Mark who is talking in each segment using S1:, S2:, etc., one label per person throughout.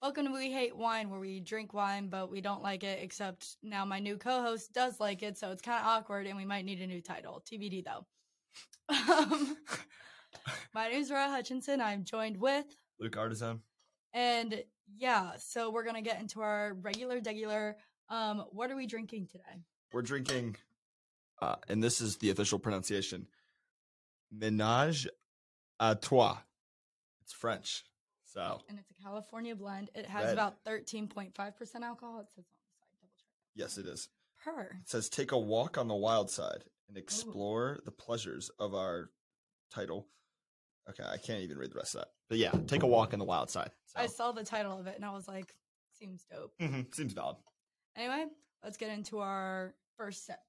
S1: Welcome to We Hate Wine, where we drink wine, but we don't like it, except now my new co host does like it, so it's kind of awkward and we might need a new title. TBD though. Um, my name's Rhea Hutchinson. I'm joined with,
S2: Luke Artisan.
S1: and yeah, so we're going to get into our regular, regular. Um, what are we drinking today?
S2: We're drinking, uh, and this is the official pronunciation, Ménage à Trois. It's French. So,
S1: And it's a California blend. It has
S2: Oh. Red.
S1: about 13.5% alcohol. It says on the side, double check.
S2: yes, it is.
S1: Per.
S2: It says, take a walk on the wild side and explore the pleasures of our title. Okay, I can't even read the rest of that. But yeah, take a walk on the wild side. So,
S1: I saw the title of it and I was like, seems dope.
S2: Mhm, seems valid.
S1: Anyway, let's get into our first sip.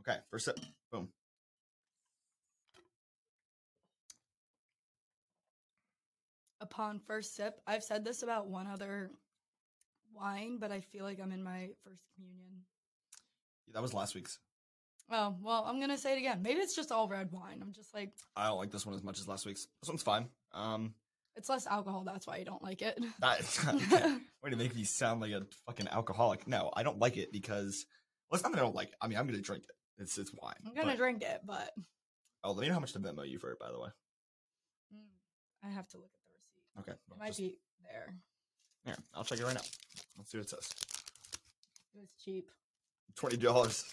S2: Okay, first sip. Boom.
S1: Upon first sip, I've said this about one other wine, but I feel like I'm in my first communion.
S2: Yeah, that was last week's.
S1: Oh, well, I'm going to say it again. Maybe it's just all red wine. I'm just like,
S2: I don't like this one as much as last week's. This one's fine. Um,
S1: it's less alcohol. That's why you don't like it.
S2: that, Way to make me sound like a fucking alcoholic. No, I don't like it because well, it's not that I don't like it. I mean, I'm gonna drink it. It's it's wine.
S1: I'm going to
S2: but-
S1: drink it, but
S2: Oh, let me know how much to Venmo you for it, by the way.
S1: mm, I have to look at the receipt.
S2: Okay,
S1: It
S2: well,
S1: might
S2: just-
S1: be there.
S2: here, I'll check it right now. Let's see what it says.
S1: It was cheap.
S2: Twenty dollars.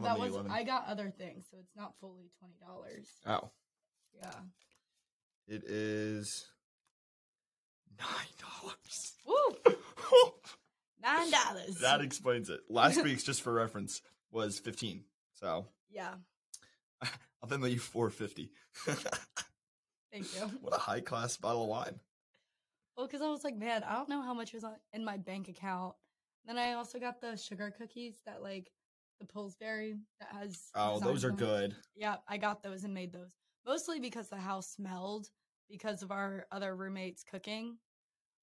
S1: That was I got other things, so it's not fully twenty dollars.
S2: Oh,
S1: Yeah.
S2: it is nine dollars.
S1: Woo! Nine dollars.
S2: that explains it. Last week's, just for reference, was fifteen. So
S1: yeah.
S2: I'll Venmo you four fifty.
S1: Thank you.
S2: what a high class bottle of wine.
S1: Well, because I was like, man, I don't know how much was on, in my bank account. Then I also got the sugar cookies that like the Pillsbury that has.
S2: Oh, those
S1: designs
S2: are
S1: on it.
S2: good.
S1: Yeah, I got those and made those mostly because the house smelled because of our other roommates cooking.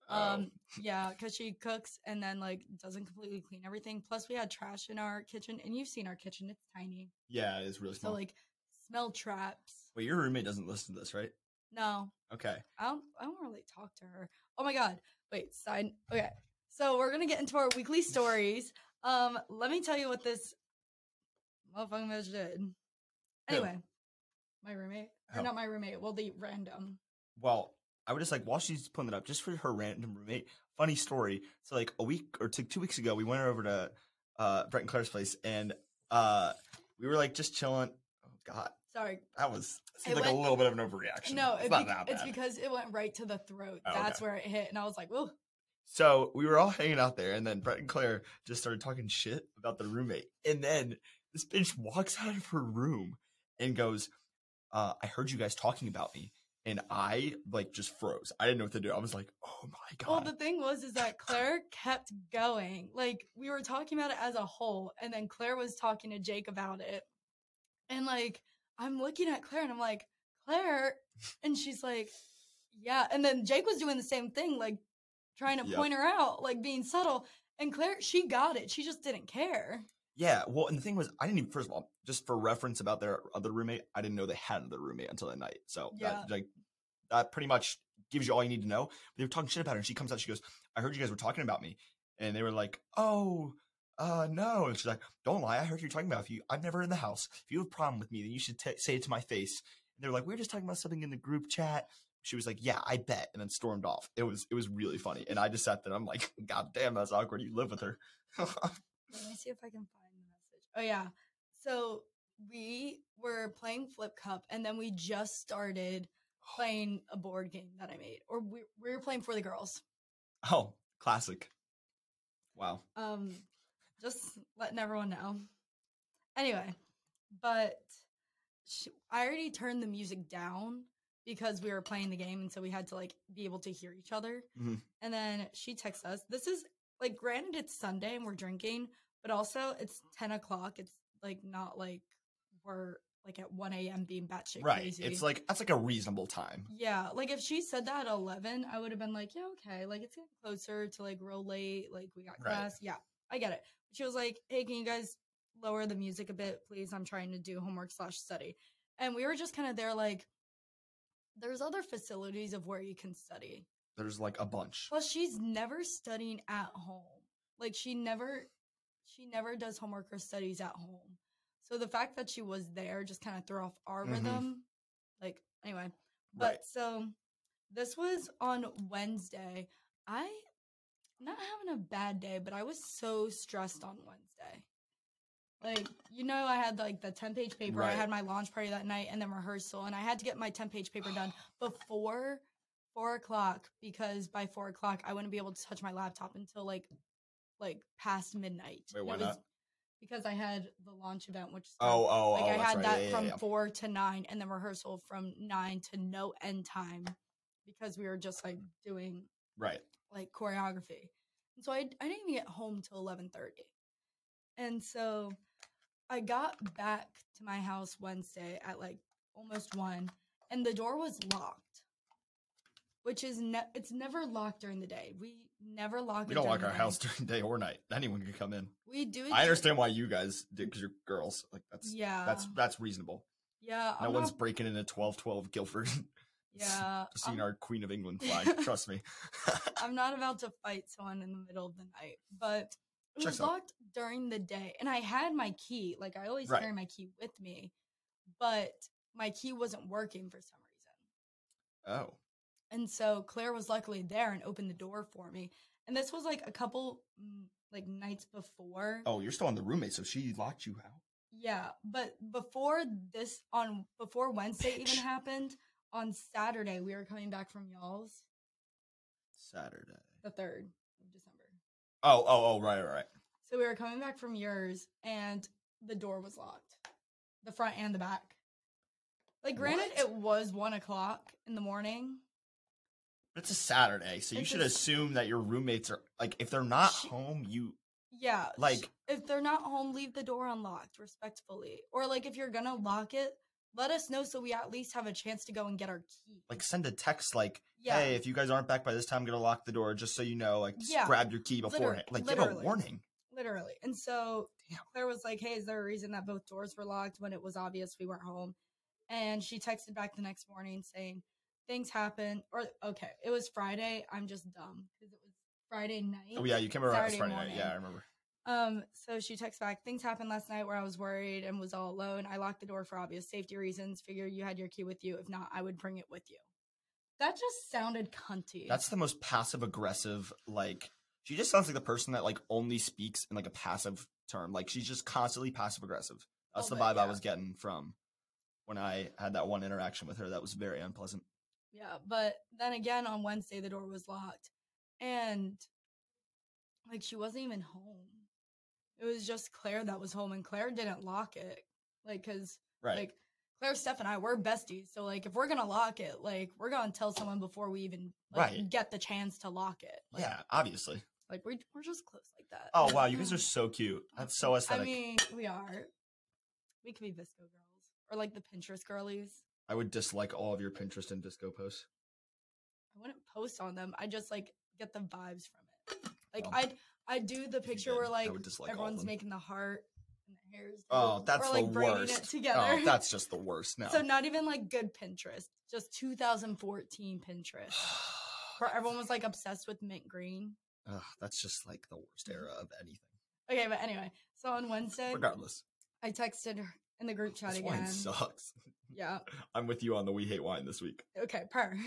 S2: Oh,
S1: Um, yeah, because she cooks and then like doesn't completely clean everything. Plus, we had trash in our kitchen, and you've seen our kitchen; it's tiny.
S2: Yeah, it is really
S1: So
S2: small.
S1: like smell traps.
S2: Wait, your roommate doesn't listen to this, right?
S1: No,
S2: Okay.
S1: I don't. I don't really talk to her. Oh my god! Wait, sign. Okay, so we're gonna get into our weekly stories. Um, let me tell you what this motherfucking bitch did.
S2: Who?
S1: Anyway, my roommate,
S2: Oh.
S1: or not my roommate. Well, the random.
S2: Well, I would just like while she's putting it up, just for her random roommate. Funny story. So like a week or two, two weeks ago, we went over to uh, Brett and Claire's place, and uh, we were like just chilling. Oh God,
S1: Sorry,
S2: that was seemed
S1: It
S2: like a
S1: went-
S2: little bit of an overreaction.
S1: no,
S2: it's
S1: it
S2: not
S1: bec-
S2: that bad.
S1: it's because it went right to the throat.
S2: Oh, okay.
S1: That's where it hit, and I was like, "Whoa,
S2: So we were all hanging out there, and then Brett and Claire just started talking shit about the roommate. And then this bitch walks out of her room and goes, uh, I heard you guys talking about me. And I like just froze. I didn't know what to do. I was like, oh my
S1: Well,
S2: God.
S1: the thing was is that Claire kept going. Like we were talking about it as a whole, and then Claire was talking to Jake about it. And like I'm looking at Claire and I'm like, Claire, and she's like, Yeah. And then Jake was doing the same thing, like trying to
S2: Yep.
S1: point her out, like being subtle. And Claire, she got it. She just didn't care.
S2: yeah. Well, and the thing was, I didn't even, first of all, just for reference about their other roommate, I didn't know they had another roommate until that night. So
S1: Yeah.
S2: that, like, that pretty much gives you all you need to know. But they were talking shit about her. And she comes out, she goes, I heard you guys were talking about me. And they were like, oh, uh, no. And she's like, don't lie. I heard you were talking about you. I'm never in the house. If you have a problem with me, then you should t- say it to my face. And they were like, we are just talking about something in the group chat. She was like, yeah, I bet. And then stormed off. It was, it was really funny. And I just sat there. I'm like, God damn, that's awkward. You live with her.
S1: Let me see if I can find the message. Oh yeah. So we were playing Flip Cup and then we just started playing a board game that I made. Or we, we were playing for the girls.
S2: oh, classic. Wow.
S1: Um just letting everyone know. Anyway, but sh- I already turned the music down because we were playing the game and so we had to like be able to hear each other.
S2: Mhm.
S1: And then she texts us. This is like granted it's Sunday and we're drinking, but also it's ten o'clock. It's like not like we're like at one AM being batshit
S2: Right.
S1: crazy.
S2: It's like, that's like a reasonable time.
S1: Yeah, like if she said that at eleven, I would have been like, yeah, okay, like it's getting closer to like real late, like we got
S2: Right.
S1: class. Yeah, I get it. She was like, hey, can you guys lower the music a bit, please? I'm trying to do homework slash study, and we were just kind of there, like, there's other facilities of where you can study.
S2: There's like a bunch.
S1: Plus, she's never studying at home. Like she never, she never does homework or studies at home. So the fact that she was there just kind of threw off our
S2: Mhm.
S1: rhythm. Like anyway, but
S2: Right.
S1: so this was on Wednesday. I not having a bad day, but I was so stressed on Wednesday. Like you know, I had like the ten page paper. I
S2: Right.
S1: had my launch party that night, and then rehearsal, and I had to get my ten page paper done before four o'clock because by four o'clock I wouldn't be able to touch my laptop until like like past midnight.
S2: Wait,
S1: And
S2: why
S1: it
S2: not?
S1: Because I had the launch event, which started-
S2: Oh, oh,
S1: like
S2: oh.
S1: I
S2: that's
S1: had
S2: right.
S1: that
S2: Yeah, yeah,
S1: from
S2: yeah.
S1: four to nine, and then rehearsal from nine to no end time because we were just like
S2: Mm.
S1: doing
S2: Right.
S1: like choreography. And so I, I didn't even get home till 11:30. And so I got back to my house Wednesday at like almost 1 and the door was locked. Which is ne- it's never locked during the day. We never lock
S2: We
S1: it
S2: don't
S1: during
S2: lock
S1: the
S2: our
S1: day.
S2: house during day or night. Anyone can come in.
S1: We do it
S2: I
S1: dur-
S2: understand why you guys did because you're girls. Like that's
S1: Yeah.
S2: that's that's reasonable.
S1: yeah,
S2: No
S1: I'm
S2: one's
S1: not,
S2: breaking into twelve twelve Guilford.
S1: yeah.
S2: Just seen
S1: I'm-
S2: our Queen of England flag. Trust me.
S1: I'm not about to fight someone in the middle of the night, but it was
S2: Checks out.
S1: locked during the day. And I had my key. Like I always
S2: Right.
S1: carry my key with me, but my key wasn't working for some reason.
S2: Oh,
S1: And so Claire was luckily there and opened the door for me. And this was like a couple mm, like nights before.
S2: oh, you're still on the roommate, so she locked you out.
S1: Yeah, but before this on before Wednesday even
S2: Bitch.
S1: happened, on Saturday we were coming back from y'all's
S2: Saturday.
S1: the 3rd of December.
S2: Oh, oh, oh, right, right, right.
S1: So we were coming back from yours, and the door was locked, the front and the back. Like, granted,
S2: What?
S1: it was one o'clock in the morning.
S2: It's a Saturday, so you
S1: It's
S2: should
S1: a-
S2: assume that your roommates are like if they're not
S1: She-
S2: home, you
S1: Yeah, sh-
S2: Like-
S1: if they're not home, leave the door unlocked respectfully, or like if you're gonna lock it, let us know so we at least have a chance to go and get our key.
S2: like send a text like,
S1: yeah,
S2: "Hey, if you guys aren't back by this time, I'm gonna lock the door just so you know." Like, just
S1: Yeah.
S2: grab your key beforehand.
S1: Literally-
S2: like, give a
S1: literally.
S2: warning.
S1: literally. And so
S2: Damn.
S1: Claire was like, "Hey, is there a reason that both doors were locked when it was obvious we weren't home?" And she texted back the next morning saying, "Things happen." Or okay, it was Friday. I'm just dumb because it was Friday night.
S2: Oh yeah, you came around
S1: Saturday
S2: Saturday, Friday
S1: morning.
S2: night. Yeah, I remember.
S1: Um, so she texts back, things happened last night where I was worried and was all alone. I locked the door for obvious safety reasons. Figure you had your key with you. If not, I would bring it with you. That just sounded cunty.
S2: That's the most passive aggressive. Like, she just sounds like the person that like only speaks in like a passive term. Like, she's just constantly passive aggressive. That's the
S1: Little
S2: vibe
S1: bit,
S2: I
S1: yeah.
S2: was getting from when I had that one interaction with her. That was very unpleasant.
S1: yeah, but then again on Wednesday the door was locked. And like she wasn't even home. It was just Claire that was home and Claire didn't lock it. Like cuz
S2: Right.
S1: like Claire, Steph, and I we're besties. So like if we're gonna lock it, like we're gonna tell someone before we even like,
S2: Right.
S1: get the chance to lock it. Like,
S2: yeah, obviously.
S1: Like we're we're just close like that.
S2: Oh wow, you guys are so cute. That's so
S1: I
S2: aesthetic. I,
S1: mean, we are. We could be Visco girls or like the Pinterest girlies.
S2: would dislike all of your Pinterest and disco posts.
S1: I wouldn't post on them. I just like get the vibes from it. Like
S2: Well,
S1: I'd I do the
S2: if you
S1: picture where
S2: did, I
S1: like
S2: would dislike all of
S1: everyone's
S2: them.
S1: making the heart and the hairs.
S2: Oh,
S1: down,
S2: that's
S1: or, like
S2: the
S1: braiding it
S2: worst.
S1: together.
S2: Oh, that's just the worst. No.
S1: So not even like good Pinterest, just 2014 Pinterest, where everyone was like obsessed with mint green.
S2: Ugh, that's just like the worst era of anything.
S1: Okay, but anyway, so on Wednesday
S2: Regardless,
S1: I texted her in the group chat
S2: Oh, this
S1: again.
S2: wine sucks.
S1: Yeah.
S2: I'm with you on the we hate wine this week.
S1: okay, per.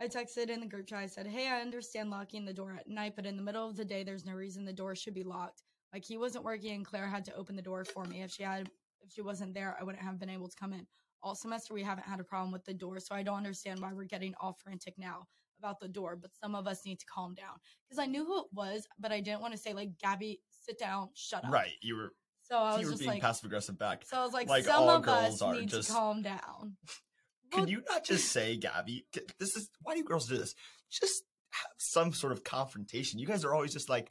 S1: I texted in the group chat. I said, Hey, I understand locking the door at night, but in the middle of the day, there's no reason the door should be locked. My key wasn't working, and Claire had to open the door for me. If she had, if she wasn't there, I wouldn't have been able to come in. All semester, we haven't had a problem with the door, so I don't understand why we're getting all frantic now about the door. But some of us need to calm down because I knew who it was, but I didn't want to say like, Gabby, sit down, shut up.
S2: Right, you were
S1: So I was
S2: you were
S1: just
S2: being
S1: like,
S2: passive aggressive back.
S1: so I was like,
S2: like
S1: some
S2: all
S1: of us
S2: girls are,
S1: need
S2: just-
S1: to calm down.
S2: Can
S1: Well,
S2: you not just say, Gabby? c- This is why do you girls do this? Just have some sort of confrontation. You guys are always just like,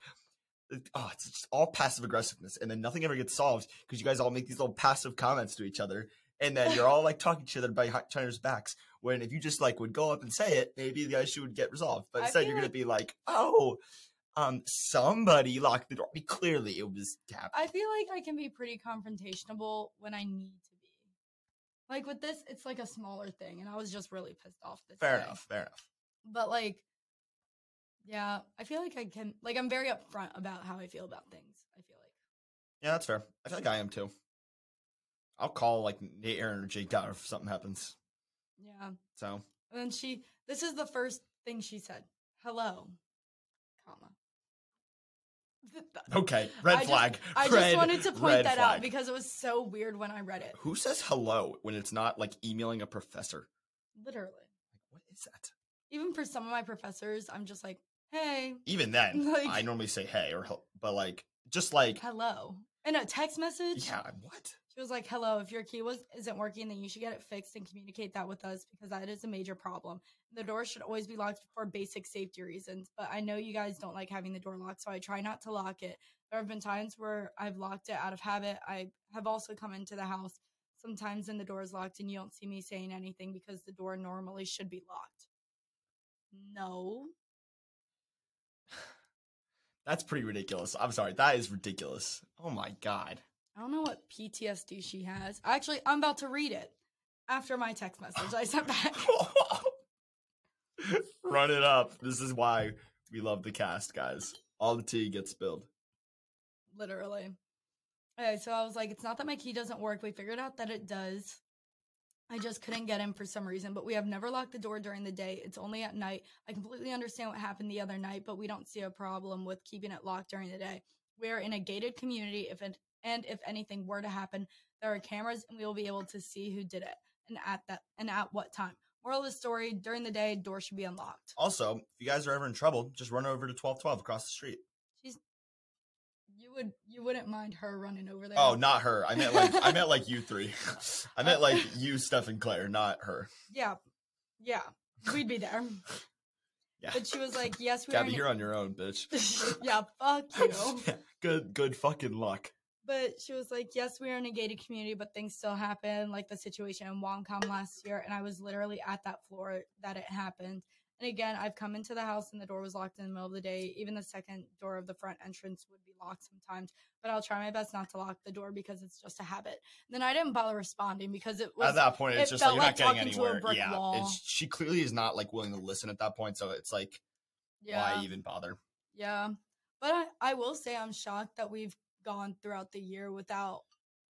S2: oh, it's just all passive aggressiveness, and then nothing ever gets solved because you guys all make these little passive comments to each other, and then you're all like talking to each other by each other's backs. When if you just like would go up and say it, maybe the issue would get resolved. But
S1: I
S2: instead,
S1: feel
S2: you're gonna
S1: like-
S2: be like, oh, um, somebody locked the door. I mean, clearly, it was Gabby.
S1: I feel like I can be pretty confrontational when I need to be. Like with this, it's like a smaller thing, and I was just really pissed off this
S2: Fair
S1: day.
S2: enough. Fair enough.
S1: But like Yeah, I feel like I can like I'm very upfront about how I feel about things. I feel like
S2: Yeah, that's fair. I feel like I am too. I'll call like Nate Aaron or Jake Dowd if something happens.
S1: yeah.
S2: So
S1: And then she this is the first thing she said. Hello, comma.
S2: okay, red
S1: I just-
S2: flag.
S1: I
S2: red,
S1: just wanted to point
S2: red
S1: that
S2: flag.
S1: out because it was so weird when I read it.
S2: who says hello when it's not like emailing a professor?
S1: Literally.
S2: Like, what is that?
S1: Even for some of my professors, I'm just like, hey,
S2: Even then,
S1: Like-
S2: I normally say hey or help, but like just like
S1: hello. In a text message,
S2: yeah, what?
S1: she was like, hello, if your key was, isn't working, then you should get it fixed and communicate that with us because that is a major problem. The door should always be locked for basic safety reasons, but I know you guys don't like having the door locked, so I try not to lock it. There have been times where I've locked it out of habit. I have also come into the house sometimes and the door is locked and you don't see me saying anything because the door normally should be locked. No.
S2: That's pretty ridiculous. I'm sorry, that is ridiculous. Oh my god.
S1: I don't know what PTSD she has. Actually, I'm about to read it after my text message I sent back.
S2: Run it up. This is why we love the cast, guys. All the tea gets spilled.
S1: Literally. Okay, so I was like, it's not that my key doesn't work. We figured out that it does. I just couldn't get in for some reason, but we have never locked the door during the day. It's only at night. I completely understand what happened the other night, but we don't see a problem with keeping it locked during the day. We're in a gated community, if it, and if anything were to happen, there are cameras, and we will be able to see who did it and at that and at what time. Moral of the story: during the day, door should be unlocked.
S2: Also, if you guys are ever in trouble, just run over to 1212 across the street.
S1: You would you wouldn't mind her running over there?
S2: Oh, not her. I meant like I meant like you three. I
S1: Uh,
S2: meant like you, Steph, and Claire, not her.
S1: Yeah. Yeah. We'd be there.
S2: Yeah.
S1: But she was like, yes, we are.
S2: Gotta be here on your own, bitch.
S1: in- yeah, fuck you.
S2: good good fucking luck.
S1: But she was like, yes, we are in a gated community, but things still happen, like the situation in Woncom last year. And I was literally at that floor that it happened. And again, I've come into the house and the door was locked in the middle of the day. Even the second door of the front entrance would be locked sometimes, but I'll try my best not to lock the door because it's just a habit. then I didn't bother responding because it was
S2: At that point, it's
S1: it
S2: just
S1: felt
S2: like you're
S1: like
S2: not getting
S1: talking to a
S2: anywhere.
S1: brick
S2: Yeah.
S1: wall.
S2: It's, she clearly is not like willing to listen at that point, so it's like why even bother?
S1: Yeah. But I, I will say I'm shocked that we've gone throughout the year without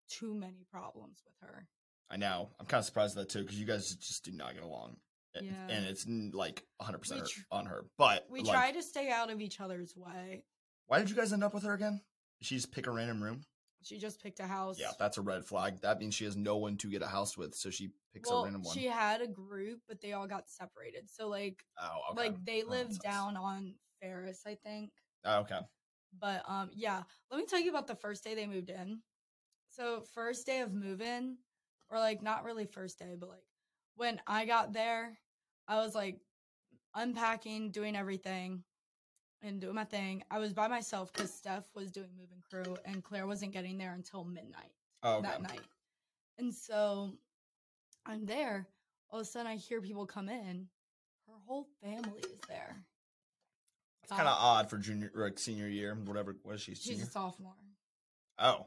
S1: too many problems with her.
S2: I know. I'm kind of surprised at that too because you guys just do not get along, And-
S1: Yeah.
S2: and it's mm, like 100 percent
S1: We tr-
S2: on her. But
S1: We
S2: like,
S1: try to stay out of each other's way.
S2: Why did you guys end up with her again? Did She just pick a random room.
S1: She just picked a house.
S2: Yeah, that's a red flag. That means she has no one to get a house with, so she picks
S1: well,
S2: a random one.
S1: she had a group, but they all got separated. So like
S2: oh, okay.
S1: like they
S2: that
S1: live
S2: sucks.
S1: down on Ferris, I think.
S2: Oh, okay.
S1: But um yeah, let me tell you about the first day they moved in. So first day of move in, or like not really first day, but like when I got there, I was like unpacking, doing everything, and doing my thing. I was by myself because Steph was doing moving crew and Claire wasn't getting there until midnight
S2: Oh, okay.
S1: that night. And so I'm there. All of a sudden I hear people come in. Her whole family is there.
S2: It's kind of odd for junior, or like senior year, whatever it was she
S1: She's
S2: senior.
S1: a sophomore.
S2: Oh,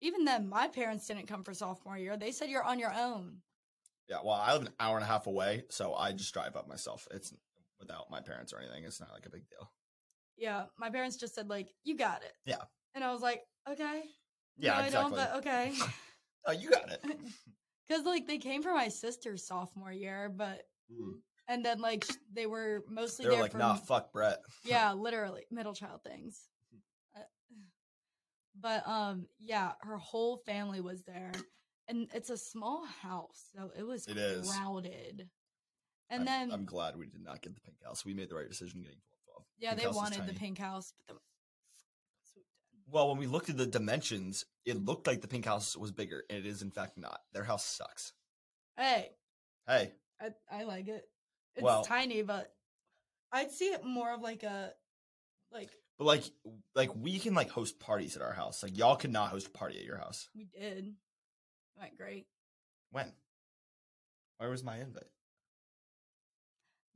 S1: Even then, my parents didn't come for sophomore year. They said you're on your own.
S2: yeah. Well, I live an hour and a half away, so I just drive up myself. It's without my parents or anything. It's not like a big deal.
S1: Yeah, my parents just said like, you got it.
S2: Yeah.
S1: And I was like, okay.
S2: Yeah,
S1: no,
S2: exactly.
S1: I don't, but okay.
S2: Oh, you got it.
S1: Because like they came for my sister's sophomore year, but
S2: Mm.
S1: and then like sh- they were mostly
S2: They were
S1: there
S2: like,
S1: for
S2: nah, fuck Brett.
S1: yeah, literally middle child things. Uh, But um, yeah, her whole family was there, and it's a small house, so it was
S2: It is.
S1: crowded. And
S2: I'm-
S1: then
S2: I'm glad we did not get the pink house. We made the right decision getting 12
S1: Yeah,
S2: Pink
S1: they
S2: house is
S1: wanted the
S2: tiny.
S1: pink house, but the
S2: Well, when we looked at the dimensions, it looked like the pink house was bigger, and it is in fact not. Their house sucks.
S1: hey,
S2: Hey,
S1: I I like it. It's
S2: Well-
S1: tiny, but I'd see it more of like a like
S2: but like, like we can like host parties at our house. Like y'all could not host a party at your house.
S1: we did. It went great.
S2: When? Where was my invite?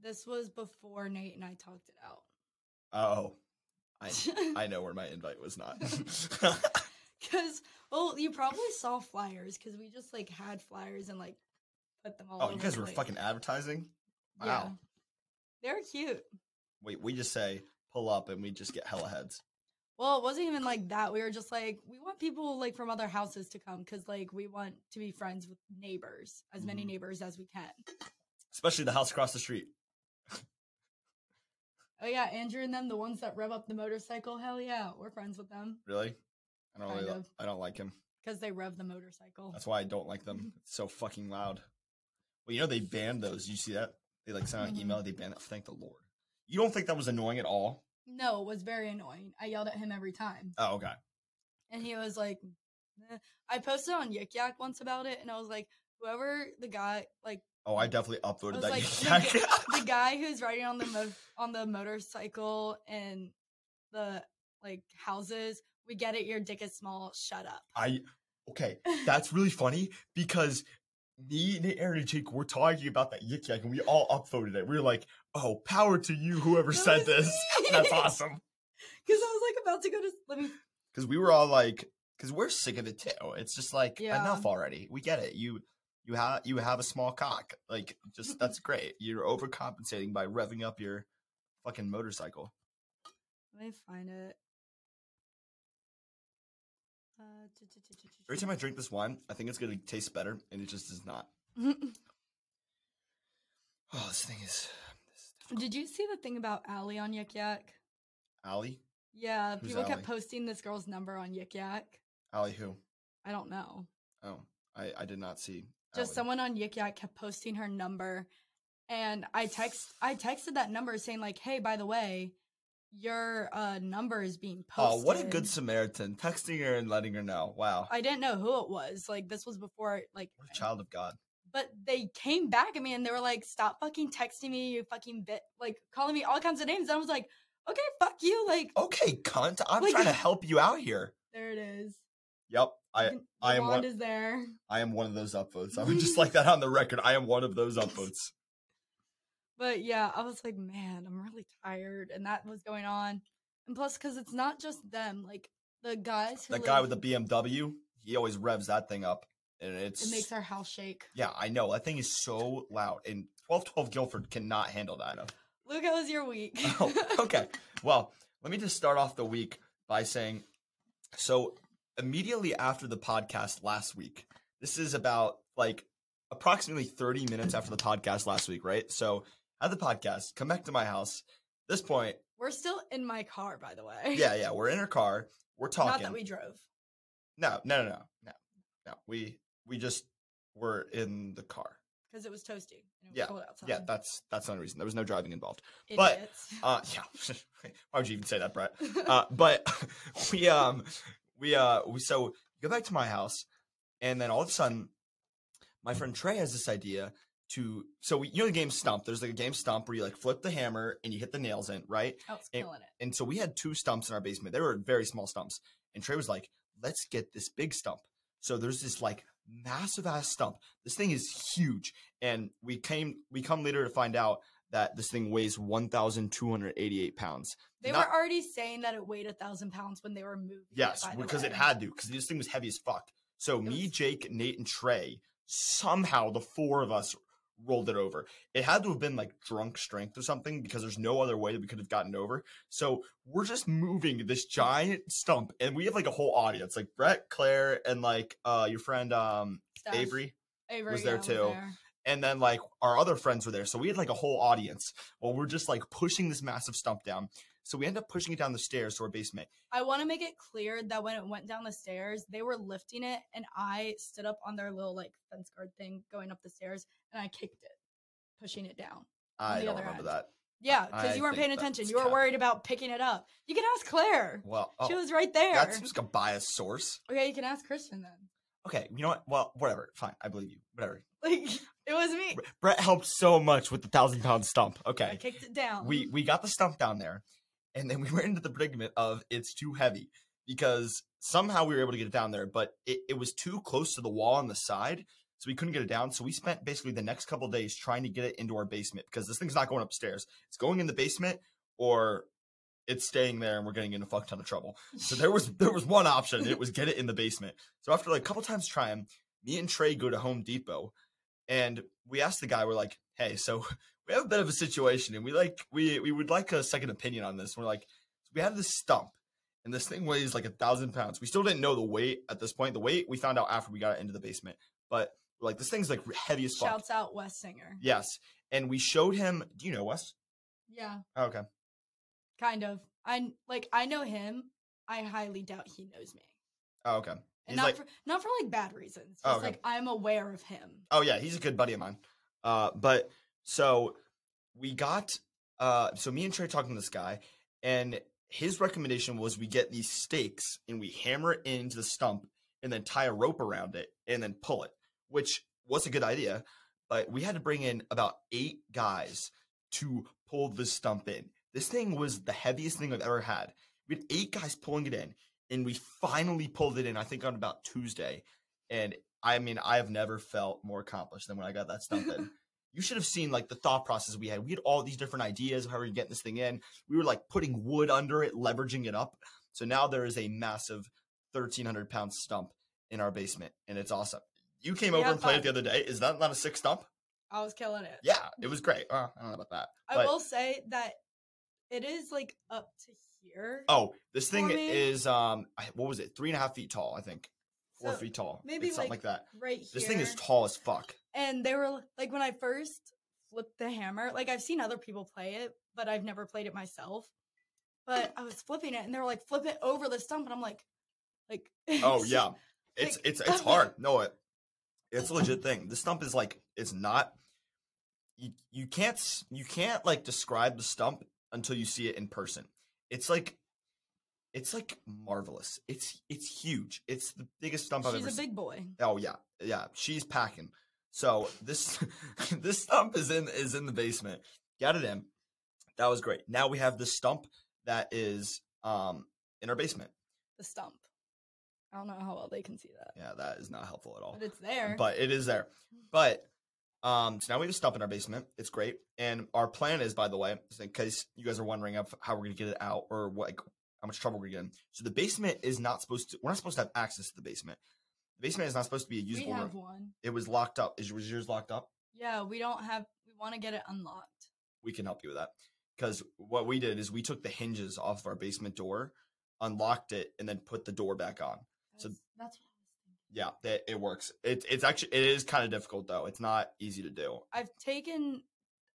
S1: This was before Nate and I talked it out.
S2: Oh, I I know where my invite was not.
S1: Cause well, you probably saw flyers because we just like had flyers and like put them all.
S2: oh, you
S1: over
S2: guys
S1: the
S2: were
S1: place.
S2: fucking advertising.
S1: Yeah.
S2: Wow.
S1: They're cute.
S2: Wait, we just say pull up and we just get hella heads.
S1: Well, it wasn't even like that. We were just like, we want people like from other houses to come because like we want to be friends with neighbors, as many
S2: Mhm.
S1: neighbors as we can.
S2: Especially the house across the street.
S1: Oh yeah, Andrew and them, the ones that rev up the motorcycle. Hell yeah, we're friends with them
S2: Really? I don't really
S1: Kind
S2: li-
S1: of.
S2: I don't like him.
S1: because they rev the motorcycle.
S2: That's why I don't like
S1: mm-hmm.
S2: them. It's so fucking loud. Well, you know they banned those. You see that? They like sent out an
S1: Mhm.
S2: email. They banned it. Thank the Lord. You don't think that was annoying at all?
S1: No, it was very annoying. I yelled at him every time,
S2: Oh, okay.
S1: and he was like, "Eh." I posted on Yik Yak once about it, and I was like, whoever the guy, like
S2: Oh, I definitely uploaded
S1: was
S2: that.
S1: like,
S2: Yak Yak.
S1: the guy who's riding on the mo- on the motorcycle and the like houses, we get it. Your dick is small. Shut up.
S2: I okay. That's really funny because me, Nate, Aaron, and Jake were talking about that Yik Yak, and we all uploaded it. We were like, "Oh, power to you, whoever
S1: That
S2: said
S1: was
S2: this.
S1: me.
S2: That's awesome."
S1: Because I was like about to go to let me.
S2: Because we were all like, "Because we're sick of it too. It's just like
S1: Yeah.
S2: enough already. We get it. You." You have you have a small cock, like just that's great. You're overcompensating by revving up your fucking motorcycle.
S1: Let me find it. Uh, t- t- t- t- t-
S2: Every
S1: t-
S2: time I drink this wine, I think it's gonna taste better, and it just does not. Oh, this thing is.
S1: Did you see the thing about Allie on Yik Yak?
S2: Allie,
S1: Yeah,
S2: Who's
S1: people
S2: Ally?
S1: kept posting this girl's number on Yik Yak.
S2: Allie, who?
S1: I don't know.
S2: Oh, I, I did not see.
S1: Just
S2: Allie.
S1: someone on Yik Yak kept posting her number, and I text I texted that number saying like, "Hey, by the way, your uh, number is being
S2: Oh,
S1: posted."
S2: what a good Samaritan, texting her and letting her know. Wow,
S1: I didn't know who it was. Like this was before like
S2: what a child of God.
S1: but they came back at me and they were like, "Stop fucking texting me, you fucking bit!" Like calling me all kinds of names. And I was like, "Okay, fuck you!" Like
S2: Okay, cunt, I'm
S1: Like-
S2: trying to help you out here.
S1: there it is.
S2: Yep, I
S1: The
S2: I am
S1: Blonde
S2: one.
S1: is there.
S2: I am one of those upvotes. I would just like that on the record. I am one of those upvotes.
S1: But yeah, I was like, man, I'm really tired, and that was going on. And plus, because it's not just them, like the guys who
S2: That guy
S1: live-
S2: with the BMW, he always revs that thing up, and it's
S1: it makes our house shake.
S2: yeah, I know that thing is so loud, and twelve twelve Guilford cannot handle that.
S1: Luke, how was your week?
S2: oh, okay. Well, let me just start off the week by saying so immediately after the podcast last week, this is about like approximately 30 minutes after the podcast last week, right? So, had the podcast, come back to my house. This point,
S1: We're still in my car, by the way.
S2: yeah, yeah, we're in her car, we're
S1: Not
S2: talking.
S1: that we drove.
S2: no, no, no, no, no, no. We we just were in the car.
S1: Because it was toasty and it was
S2: Yeah,
S1: cold outside.
S2: Yeah, that's that's not a reason. There was no driving involved. but-
S1: Idiots.
S2: Uh, yeah. Why would you even say that, Brett? uh, but we um we uh we so go back to my house and then all of a sudden my friend trey has this idea to so we, you know the game stump there's like a game stump where you like flip the hammer and you hit the nails in right
S1: I was
S2: it-
S1: killing it.
S2: and so we had two stumps in our basement they were very small stumps and trey was like let's get this big stump so there's this like massive ass stump this thing is huge and we came we come later to find out that this thing weighs 1288 pounds
S1: They
S2: Not-
S1: were already saying that it weighed a thousand pounds when they were moving. it,
S2: Yes,
S1: by the
S2: because it
S1: way.
S2: had to, because this thing was heavy as fuck. So me,
S1: was-
S2: Jake, Nate, and Trey, somehow the four of us rolled it over. It had to have been like drunk strength or something, because there's no other way that we could have gotten over. So we're just moving this giant stump, and we have like a whole audience, like Brett, Claire, and like uh your friend um
S1: Stuff.
S2: Avery.
S1: Avery
S2: was there
S1: yeah,
S2: too.
S1: there.
S2: And then like our other friends were there. So we had like a whole audience. Well, we're just like pushing this massive stump down. So we end up pushing it down the stairs to our basement.
S1: I want to make it clear that when it went down the stairs, they were lifting it, and I stood up on their little like fence guard thing going up the stairs, and I kicked it, pushing it down. On
S2: I
S1: the
S2: don't
S1: other
S2: remember
S1: end.
S2: that.
S1: Yeah, because
S2: I
S1: you weren't
S2: think
S1: paying attention.
S2: that's
S1: You were
S2: cap.
S1: worried about picking it up. You can ask Claire.
S2: Well, oh.
S1: She was right there.
S2: That seems like a biased source.
S1: okay, you can ask Christian then.
S2: Okay, you know what? Well, whatever. Fine, I believe you. Whatever.
S1: Like it was me.
S2: Bre- Brett helped so much with the thousand pound stump.
S1: I
S2: Okay,
S1: kicked it down.
S2: we we got the stump down there, and then we were into the predicament of it's too heavy because somehow we were able to get it down there, but it, it was too close to the wall on the side, so we couldn't get it down. So we spent basically the next couple of days trying to get it into our basement because this thing's not going upstairs. It's going in the basement or it's staying there and we're getting in a fuck ton of trouble. So there was there was one option. and It was get it in the basement. So after like a couple times trying, me and Trey go to Home Depot, and we asked the guy. We're like, "Hey, so we we have a bit of a situation, and we like we we would like a second opinion on this. We're like, we have this stump, and this thing weighs like a thousand pounds. We still didn't know the weight at this point. The weight we found out after we got it into the basement, but we're like this thing's like heavy as fuck.
S1: Shouts out Wes Singer.
S2: Yes, and we showed him. Do you know Wes?
S1: Yeah,
S2: Oh, okay,
S1: kind of. I like I know him. I highly doubt he knows me,
S2: oh okay.
S1: and
S2: He's
S1: not
S2: like,
S1: for not for like bad reasons. Just
S2: Oh, okay.
S1: like I'm aware of him.
S2: oh yeah, he's a good buddy of mine. Uh, but so we got uh, so me and Trey talking to this guy, and his recommendation was we get these stakes and we hammer it into the stump and then tie a rope around it and then pull it, which was a good idea. But we had to bring in about eight guys to pull this stump in. This thing was the heaviest thing I've ever had. We had eight guys pulling it in, and we finally pulled it in, I think on about Tuesday. And I mean, I have never felt more accomplished than when I got that stump in. You should have seen like the thought process we had. We had all these different ideas of how we were getting this thing in. We were like putting wood under it, leveraging it up. So now there is a massive 1,300 pound stump in our basement, and it's awesome. You came
S1: We
S2: over
S1: had
S2: and played it
S1: fun.
S2: the other day. Is that not a sick stump?
S1: I was killing it.
S2: Yeah, it was great. Uh, I don't know about that.
S1: I
S2: but-
S1: will say that it is like up to here.
S2: Oh, this thing
S1: Or maybe-
S2: is um, I- what was it? Three and a half feet tall, I think, four
S1: So,
S2: feet tall,
S1: maybe,
S2: it's something like,
S1: like,
S2: that.
S1: right here.
S2: This thing is tall as fuck.
S1: and they were like when I first flipped the hammer, like I've seen other people play it, but I've never played it myself. But I was flipping it and they were like, flip it over the stump, and I'm like, like
S2: Oh yeah, it's
S1: Like-
S2: it's it's hard. No, it it's a legit thing. The stump is like it's not. You you can't s- you can't like describe the stump until you see it in person. It's like. It's like marvelous. It's it's huge. It's the biggest stump I've ever
S1: She's a
S2: seen.
S1: big boy.
S2: Oh yeah, yeah. She's packing. So this this stump is in is in the basement. Got it in. That was great. Now we have this stump that is um in our basement.
S1: The stump. I don't know how well they can see that,
S2: Yeah, that is not helpful at all.
S1: but it's there.
S2: Oh, But it is there. But um, so now we have a stump in our basement. It's great. And our plan is, by the way, just in case you guys are wondering of how we're gonna get it out or what like, how much trouble we're getting. So the basement is not supposed to. We're not supposed to have access to the basement. The basement is not supposed to be a
S1: we
S2: usable room.
S1: have one.
S2: It was locked up. Is was yours locked up?
S1: Yeah, we don't have. We want to get it unlocked.
S2: we can help you with that. Because what we did is we took the hinges off of our basement door, unlocked it, and then put the door back on. So-
S1: That's- that's what
S2: Yeah, that it works. It, it's actually it is kind of difficult though. It's not easy to do.
S1: I've taken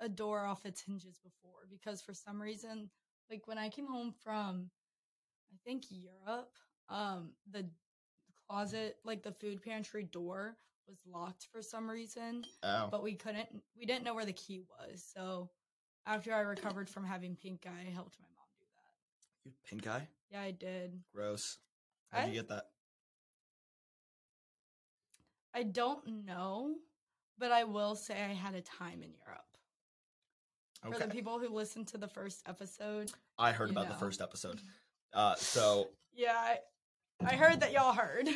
S1: a door off its hinges before because for some reason, like when I came home from, I think Europe, um, the closet, like the food pantry door was locked for some reason,
S2: Oh,
S1: but we couldn't, we didn't know where the key was. So after
S2: Hmm.
S1: I recovered from having pink eye, I helped my mom do that.
S2: you pink eye,
S1: Yeah, I did.
S2: gross. How would
S1: I-
S2: you get that?
S1: I don't know, but I will say I had a time in Europe. For the
S2: Okay,
S1: people who listened to the first episode,
S2: I heard
S1: you
S2: about the
S1: know.
S2: first episode. Uh, so
S1: yeah, I, I heard that y'all heard.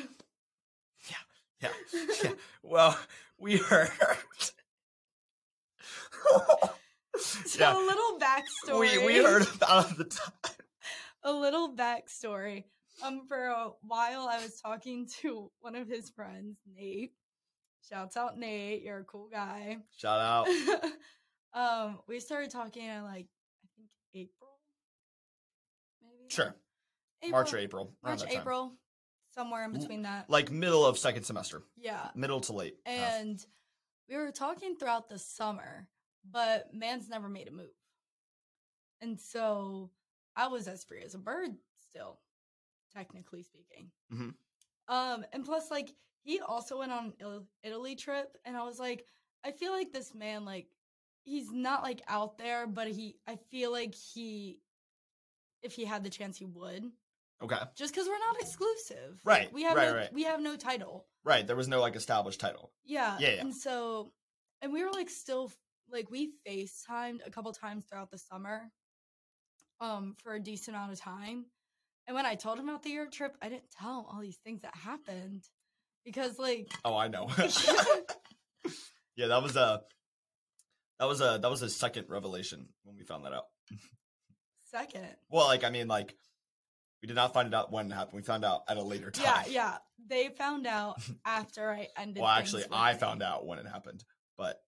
S2: yeah, yeah. Well, we heard.
S1: So
S2: yeah,
S1: a little backstory.
S2: we we heard about the time.
S1: a little backstory. Um, for a while, I was talking to one of his friends, Nate. Shouts out, Nate. You're a cool guy.
S2: Shout out.
S1: um, we started talking in like I think April, maybe.
S2: Sure, March or April. around
S1: March,
S2: that time.
S1: April, somewhere in
S2: Ooh,
S1: between that.
S2: like middle of second semester,
S1: yeah.
S2: middle to late. Uh, half.
S1: And we were talking throughout the summer, but man's never made a move. And so I was as free as a bird still, technically speaking.
S2: Mhm.
S1: Um, and plus, like, he also went on an Il- Italy trip, and I was like, I feel like this man, like, he's not like out there, but he, I feel like he, if he had the chance, he would.
S2: okay,
S1: Just because we're not exclusive, Like,
S2: Right,
S1: we have
S2: right,
S1: no,
S2: right.
S1: we have no title.
S2: right. There was no like established title.
S1: Yeah.
S2: Yeah, yeah.
S1: And so, and we were like still f- like we FaceTimed a couple times throughout the summer, um, for a decent amount of time. And when I told him about the Europe trip, I didn't tell him all these things that happened because like
S2: Oh, I know. yeah, that was a that was a that was a second revelation when we found that out.
S1: second,
S2: Well, like I mean, like we did not find it out when it happened. We found out at a later time.
S1: yeah, yeah, they found out after I ended.
S2: Well, actually, I found
S1: out.
S2: out when it happened, but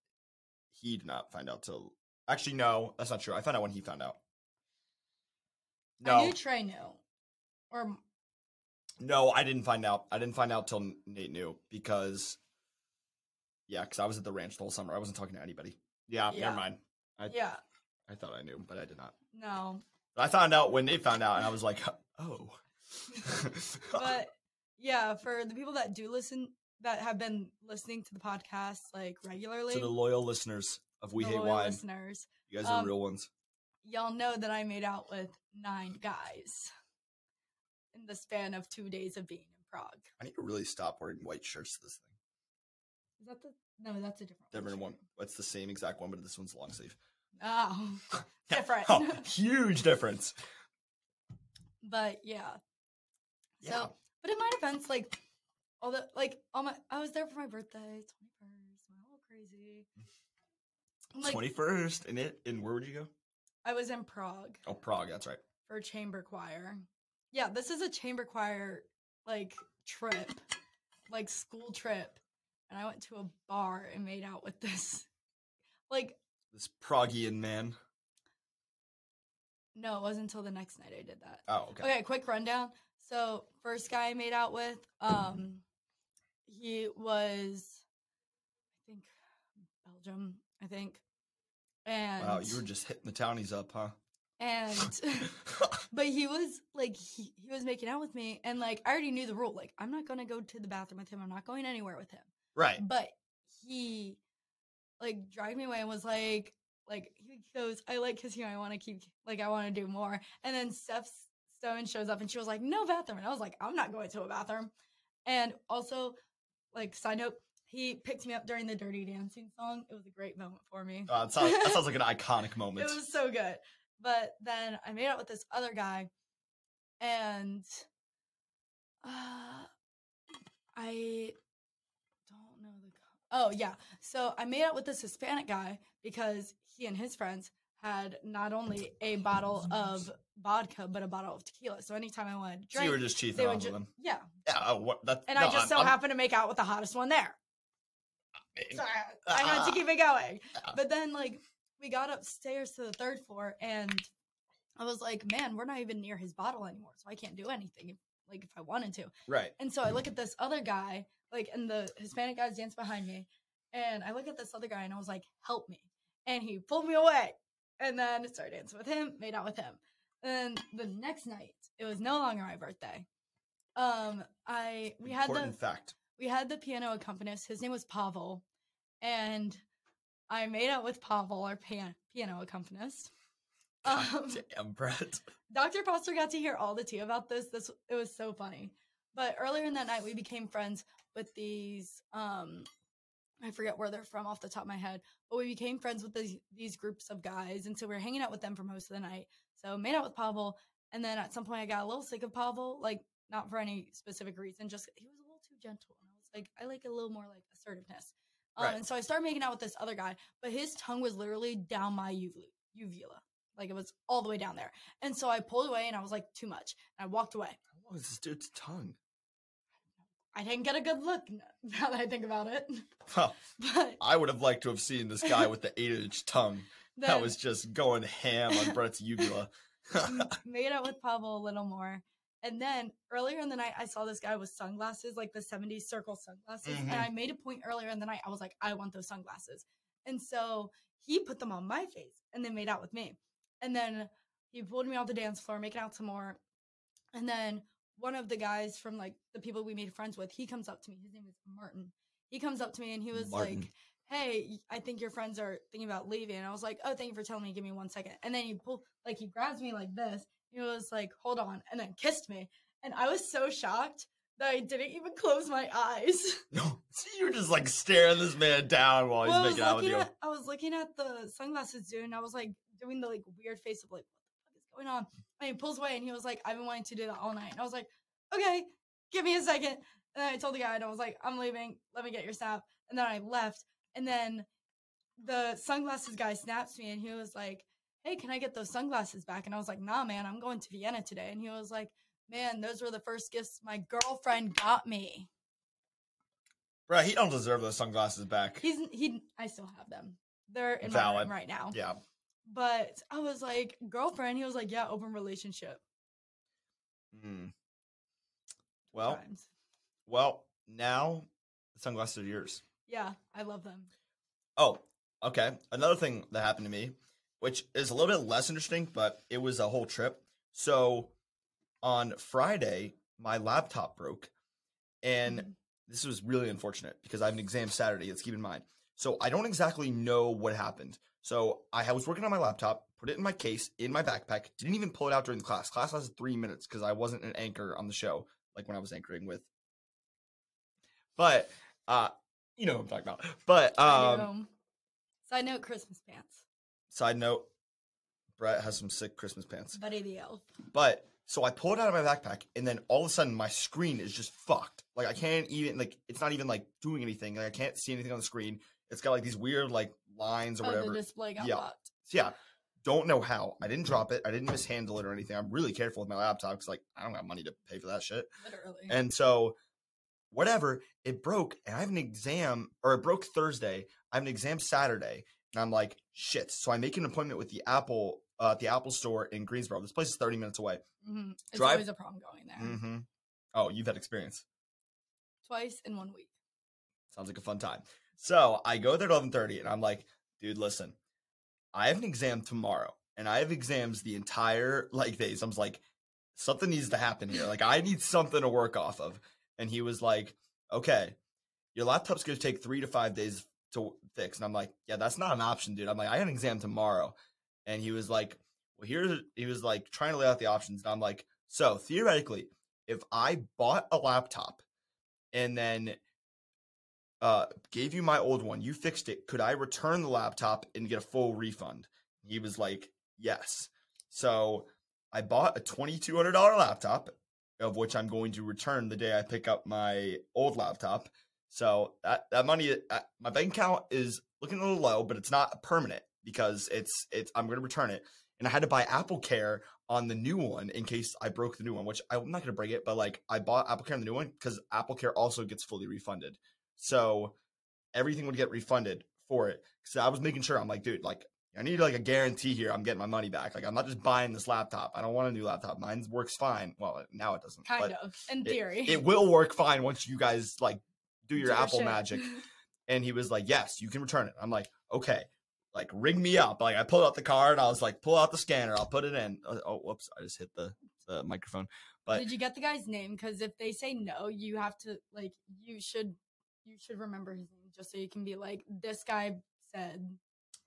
S2: he did not find out till. Actually, no, that's not true. I found out when he found out.
S1: I
S2: No,
S1: knew Trey knew, or
S2: no, I didn't find out. I didn't find out till Nate knew because, yeah, because I was at the ranch the whole summer. I wasn't talking to anybody. Yeah,
S1: Yeah.
S2: never mind. I-
S1: yeah,
S2: I thought I knew, but I did not.
S1: no.
S2: But I found out when Nate found out, and I was like, oh.
S1: but yeah, for the people that do listen, that have been listening to the podcast like regularly,
S2: to the loyal listeners of We
S1: the
S2: Hate
S1: loyal
S2: Wine,
S1: listeners,
S2: you guys are
S1: um,
S2: real ones.
S1: y'all know that I made out with nine guys in the span of two days of being in Prague.
S2: I need to really stop wearing white shirts to this thing.
S1: Is that the no? That's a different.
S2: Different
S1: one.
S2: one. It's the same exact one, but this one's long sleeve.
S1: Oh,
S2: Yeah.
S1: different.
S2: Oh, huge difference.
S1: but yeah.
S2: Yeah.
S1: So, but in my defense, like, all the like, all my I was there for my birthday, twenty first, went all crazy. I'm Like,
S2: Twenty first, and it and where would you go?
S1: I was in Prague
S2: Oh, Prague. That's right.
S1: for chamber choir. Yeah, this is a chamber choir like trip, like school trip, and I went to a bar and made out with this. Like,
S2: This Pragian man.
S1: no, it wasn't until the next night I did that.
S2: Oh, okay.
S1: Okay, quick rundown. So first guy I made out with, um, he was, I think, Belgium. I think, and
S2: Wow, you were just hitting the townies up, huh?
S1: and but he was like he, he was making out with me, and like I already knew the rule. Like I'm not gonna go to the bathroom with him. I'm not going anywhere with him.
S2: right.
S1: But he like dragged me away and was like, like he goes, I like kissing you. I want to keep, like I want to do more. And then Steph Stone shows up and she was like, no bathroom. And I was like, I'm not going to a bathroom. And also, like side note, he picked me up during the Dirty Dancing song. It was a great moment for me.
S2: Uh, that, sounds, that sounds like an iconic
S1: It
S2: moment.
S1: was so good. But then I made out with this other guy, and uh, I don't know the. co- Oh yeah, so I made out with this Hispanic guy because he and his friends had not only a bottle of vodka but a bottle of tequila. So anytime I wanted to
S2: so you were
S1: drink,
S2: just cheating
S1: they would
S2: off
S1: just
S2: of them.
S1: yeah.
S2: Yeah. Oh, what? That,
S1: And I just so happened to make out with the hottest one there. Sorry, I had to keep it going. But then, like, we got upstairs to the third floor, and I was like, man, we're not even near his bottle anymore, so I can't do anything, like, if I wanted to.
S2: Right.
S1: And so I look at this other guy, like, and the Hispanic guy's dance behind me, and I look at this other guy, and I was like, help me. And he pulled me away, and then started dancing with him, made out with him. And the next night, it was no longer my birthday. Um, I we had the
S2: Important fact.
S1: we had the piano accompanist. His name was Pavel, and I made out with Pavel, our pan- piano accompanist. Um,
S2: Damn, Brett.
S1: Dr. Foster got to hear all the tea about this. This it was so funny. But earlier in that night, we became friends with these. Um, I forget where they're from off the top of my head, but we became friends with these, these groups of guys, and so we were hanging out with them for most of the night. So made out with Pavel, and then at some point, I got a little sick of Pavel, like not for any specific reason, just he was a little too gentle, and I was like, I like a little more like assertiveness. Um,
S2: Right.
S1: And so I started making out with this other guy, but his tongue was literally down my uvula, uvula, like it was all the way down there. And so I pulled away and I was like, too much. And I walked away.
S2: How long is this dude's tongue?
S1: I didn't get a good look n- now that I think about it.
S2: Well,
S1: But
S2: I would have liked to have seen this guy with the eight-inch tongue.
S1: then
S2: that was just going ham on Brett's uvula.
S1: m- made out with Pavel a little more. And then earlier in the night, I saw this guy with sunglasses, like the 70s circle sunglasses. And
S2: Mhm.
S1: I made a point earlier in the night, I was like, I want those sunglasses. And so he put them on my face and then made out with me. And then he pulled me off the dance floor, making out some more. And then one of the guys from like the people we made friends with, he comes up to me. His name is Martin. He comes up to me and he was
S2: Martin.
S1: like, Hey, y- I think your friends are thinking about leaving. And I was like, Oh, thank you for telling me. Give me one second. And then he pulled, like, he grabs me like this. He was like, Hold on. And then kissed me. And I was so shocked that I didn't even close my eyes.
S2: No, so you were just like staring this man down while he's
S1: Well, I was
S2: making out with
S1: looking
S2: you.
S1: at- I was looking at the sunglasses dude, and I was like doing the like weird face of like, what the fuck is going on? And he pulls away, and he was like, I've been wanting to do that all night. And I was like, okay, give me a second. And then I told the guy, and I was like, I'm leaving. Let me get your snap. And then I left. And then the sunglasses guy snaps me, and he was like, Hey, can I get those sunglasses back? And I was like, Nah, man, I'm going to Vienna today. And he was like, Man, those were the first gifts my girlfriend got me.
S2: Bro, he don't deserve those sunglasses back.
S1: He's he. I still have them. They're in my room
S2: Valid.
S1: right now.
S2: yeah,
S1: But I was like, girlfriend. He was like, yeah, open relationship.
S2: Hmm. Well,
S1: times.
S2: well, now the sunglasses are yours.
S1: yeah, I love them.
S2: Oh, okay. Another thing that happened to me, which is a little bit less interesting, but it was a whole trip. So on Friday, my laptop broke, and
S1: Mhm.
S2: this was really unfortunate because I have an exam Saturday. Let's keep in mind. So I don't exactly know what happened. So I was working on my laptop, put it in my case, in my backpack, didn't even pull it out during the class. Class lasted three minutes because I wasn't an anchor on the show like when I was anchoring with. But uh, you know what I'm talking about. But
S1: I
S2: um,
S1: do. Side note: Christmas pants.
S2: Side note, Brett has some sick Christmas pants.
S1: Buddy the elf.
S2: But so I pull it out of my backpack, and then all of a sudden my screen is just fucked. Like I can't even like it's not even like doing anything. Like I can't see anything on the screen. It's got like these weird like lines or
S1: Oh,
S2: whatever.
S1: the display got
S2: Yeah.
S1: locked.
S2: So, yeah, don't know how. I didn't drop it. I didn't mishandle it or anything. I'm really careful with my laptop because like I don't have money to pay for that shit.
S1: Literally.
S2: And so, whatever, it broke, and I have an exam, or it broke Thursday. I have an exam Saturday, and I'm like, shit. So I make an appointment with the Apple, uh, at the Apple store in Greensboro. This place is 30 minutes away.
S1: Mhm. It's
S2: drive-
S1: always a problem going there.
S2: Mm-hmm. Oh, you've had experience.
S1: Twice in one week.
S2: Sounds like a fun time. So I go there at 11:30, and I'm like, dude, listen, I have an exam tomorrow, and I have exams the entire like days. I'm just like, something needs to happen here. Like I need something to work off of. And he was like, okay, your laptop's gonna take three to five days to fix. And I'm like, yeah, that's not an option, dude. I'm like, I got an exam tomorrow. And he was like, well, here's he was like trying to lay out the options. And I'm like, so theoretically, if I bought a laptop and then uh gave you my old one, you fixed it, could I return the laptop and get a full refund? He was like, yes. So I bought a $2,200 laptop, of which I'm going to return the day I pick up my old laptop. So that, that money, uh, my bank account is looking a little low, but it's not permanent because it's it's I'm going to return it. And I had to buy Apple Care on the new one in case I broke the new one, which I'm not going to break it, but like I bought Apple Care on the new one because Apple Care also gets fully refunded. So everything would get refunded for it. So I was making sure I'm like, dude, like I need like a guarantee here. I'm getting my money back. Like I'm not just buying this laptop. I don't want a new laptop. Mine works fine. Well, now it doesn't.
S1: Kind
S2: but
S1: of. In theory.
S2: It will work fine once you guys like do your
S1: Do
S2: Apple
S1: shit.
S2: magic. And he was like, "Yes, you can return it." I'm like, "Okay." Like ring me up. Like I pulled out the card. I was like, "Pull out the scanner. I'll put it in." Oh, oh, whoops! I just hit the the microphone. but-
S1: Did you get the guy's name? Because if they say no, you have to like you should you should remember his name just so you can be like, this guy said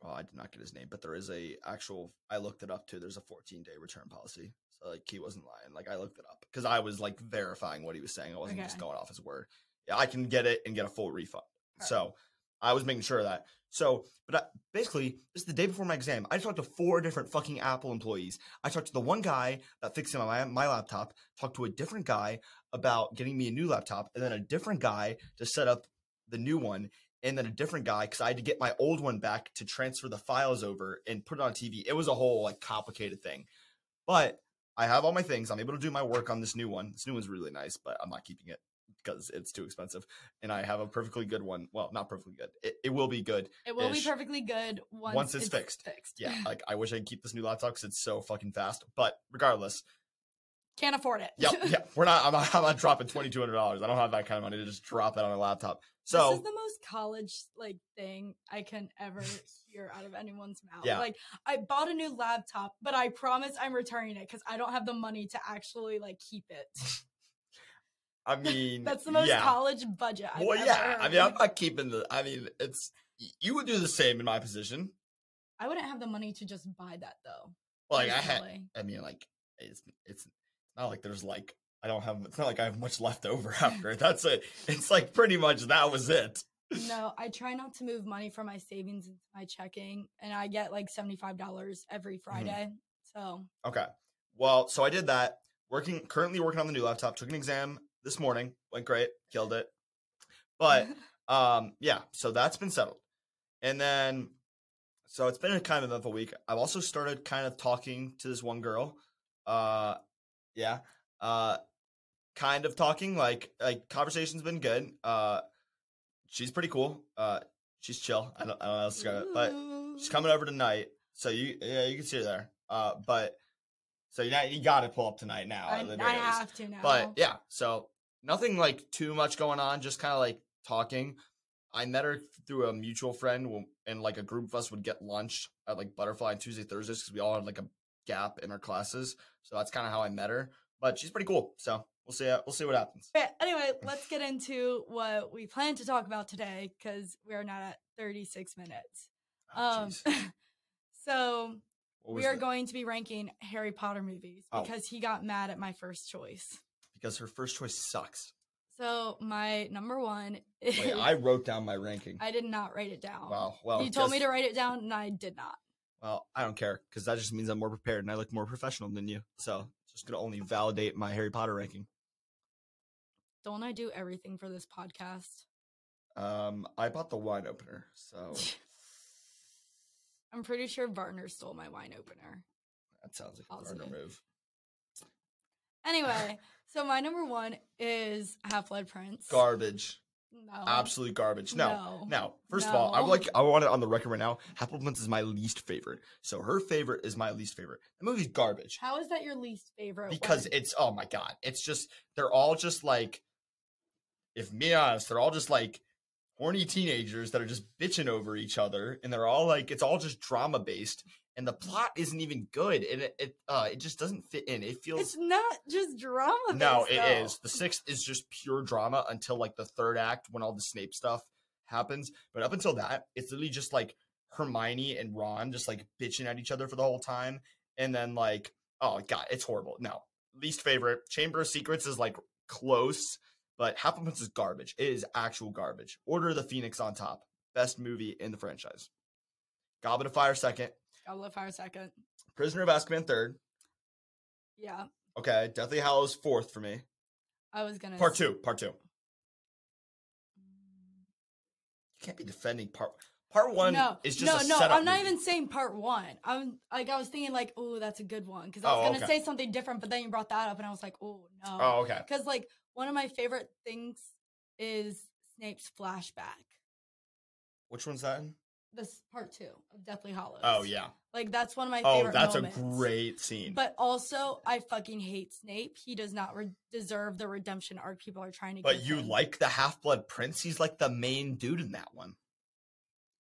S2: Well, I did not get his name, but there is a actual. I looked it up too. There's a 14 day return policy. So like he wasn't lying. Like I looked it up because I was like verifying what he was saying. I wasn't just
S1: Okay.
S2: going off his word. Yeah, I can get it and get a full refund.
S1: Alright.
S2: So I was making sure of that. So, but I, basically, this is the day before my exam. I talked to four different fucking Apple employees. I talked to the one guy that fixed my my laptop. Talked to a different guy about getting me a new laptop, and then a different guy to set up the new one and then a different guy because I had to get my old one back to transfer the files over and put it on TV. It was a whole like complicated thing. But I have all my things. I'm able to do my work on this new one. This new one's really nice, but I'm not keeping it because it's too expensive. And I have a perfectly good one. Well, not perfectly good. It, it will be good.
S1: it will
S2: Ish.
S1: be perfectly good once,
S2: Once it's fixed.
S1: Fixed.
S2: Yeah. Like I wish I could keep this new laptop because it's so fucking fast. But regardless,
S1: Can't afford it.
S2: yeah, yeah. We're not. I'm not, I'm not dropping twenty two hundred dollars. I don't have that kind of money to just drop that on a laptop. So
S1: this is the most college like thing I can ever hear out of anyone's mouth.
S2: Yeah.
S1: Like I bought a new laptop, but I promise I'm returning it because I don't have the money to actually like keep it.
S2: I mean,
S1: That's the most
S2: Mm, yeah.
S1: college budget. I've
S2: well,
S1: ever
S2: yeah. I mean, I'm
S1: heard.
S2: not keeping the. I mean, it's y- you would do the same in my position.
S1: I wouldn't have the money to just buy that though.
S2: Like I had.
S1: personally.
S2: I mean, like it's it's not like there's like I don't have. It's not like I have much left over after. That's it. It's like pretty much that was it.
S1: No, I try not to move money from my savings into my checking, and I get like seventy-five dollars
S2: Mm-hmm.
S1: every Friday. So
S2: Okay. Well, so I did that. Working currently working on the new laptop. Took an exam this morning. Went great. Killed it. But um yeah so that's been settled and then so it's been a kind of eventful week i've also started kind of talking to this one girl uh yeah uh kind of talking like like conversation's been good uh she's pretty cool uh she's chill i don't, I don't know how else to describe it but she's coming over tonight So you yeah, you can see her there. Uh, but so you you got to pull up tonight now.
S1: I,
S2: at the
S1: I
S2: very least.
S1: have to now.
S2: But yeah, so nothing like too much going on, just kind of like talking. I met her through a mutual friend, when- and like a group of us would get lunch at like Butterfly on Tuesday, Thursdays because we all had like a gap in our classes. So that's kind of how I met her. But she's pretty cool. So we'll see. uh, We'll see what happens.
S1: But anyway, let's get into what we plan to talk about today because we are not at 36 minutes.
S2: Oh,
S1: um,
S2: jeez.
S1: so
S2: What was
S1: we are
S2: the-
S1: going to be ranking Harry Potter movies
S2: Oh.
S1: because he got mad at my first choice.
S2: because her first choice sucks.
S1: So my number one is
S2: Wait, I wrote down my ranking.
S1: I did not write it down.
S2: wow. Well,
S1: you told me to
S2: because-
S1: write it down and I did not.
S2: Well, I don't care because that just means I'm more prepared and I look more professional than you. So just gonna only validate my Harry Potter ranking.
S1: Don't I do everything for this podcast?
S2: Um, I bought the wine opener, so
S1: I'm pretty sure Varner stole my wine opener.
S2: that sounds like a
S1: Awesome.
S2: Gardner move.
S1: Anyway, so my number one is Half Blood Prince.
S2: Garbage,
S1: no.
S2: absolute garbage. No,
S1: Oh. No.
S2: now first of all, I
S1: No.
S2: would like I want it on the record right now. Happelman's is my least favorite, so her favorite is my least favorite. The movie's garbage
S1: How is that your least favorite?
S2: because
S1: one?
S2: it's oh my god, it's just they're all just like, if me honest, they're all just like horny teenagers that are just bitching over each other, and they're all like it's all just drama based, and the plot isn't even good, and it it, uh, it just doesn't fit in. It feels
S1: it's not just drama.
S2: No,
S1: based,
S2: it
S1: though.
S2: is. The sixth is just pure drama until like the third act when all the Snape stuff happens. But up until that, it's literally just like Hermione and Ron just like bitching at each other for the whole time. And then like, oh god, it's horrible. No. Least favorite. Chamber of Secrets is like close, but Happiness is garbage. It is actual garbage. Order of the Phoenix on top. Best movie in the franchise. Goblet of Fire second.
S1: Goblet of Fire second.
S2: Prisoner of Azkaban third.
S1: Yeah,
S2: Okay. Deathly Hallows fourth for me.
S1: I was gonna.
S2: Part
S1: s-
S2: two. Part two. You can't be defending part part one
S1: no,
S2: is just
S1: no,
S2: a
S1: no.
S2: setup
S1: I'm not
S2: movie.
S1: even saying part one. I'm like, I was thinking like, oh, that's a good one because I
S2: Oh,
S1: was gonna
S2: okay.
S1: say something different, but then you brought that up, and I was like, oh no.
S2: Oh, okay.
S1: because like one of my favorite things is Snape's flashback.
S2: Which one's that? In?
S1: This part two of Deathly Hollows.
S2: Oh yeah.
S1: like that's one of my
S2: Oh,
S1: favorite.
S2: that's
S1: moments.
S2: a great scene.
S1: But also, I fucking hate Snape. He does not re- deserve the redemption arc people are trying to.
S2: but
S1: give
S2: you
S1: him.
S2: like the Half Blood Prince? He's like the main dude in that one.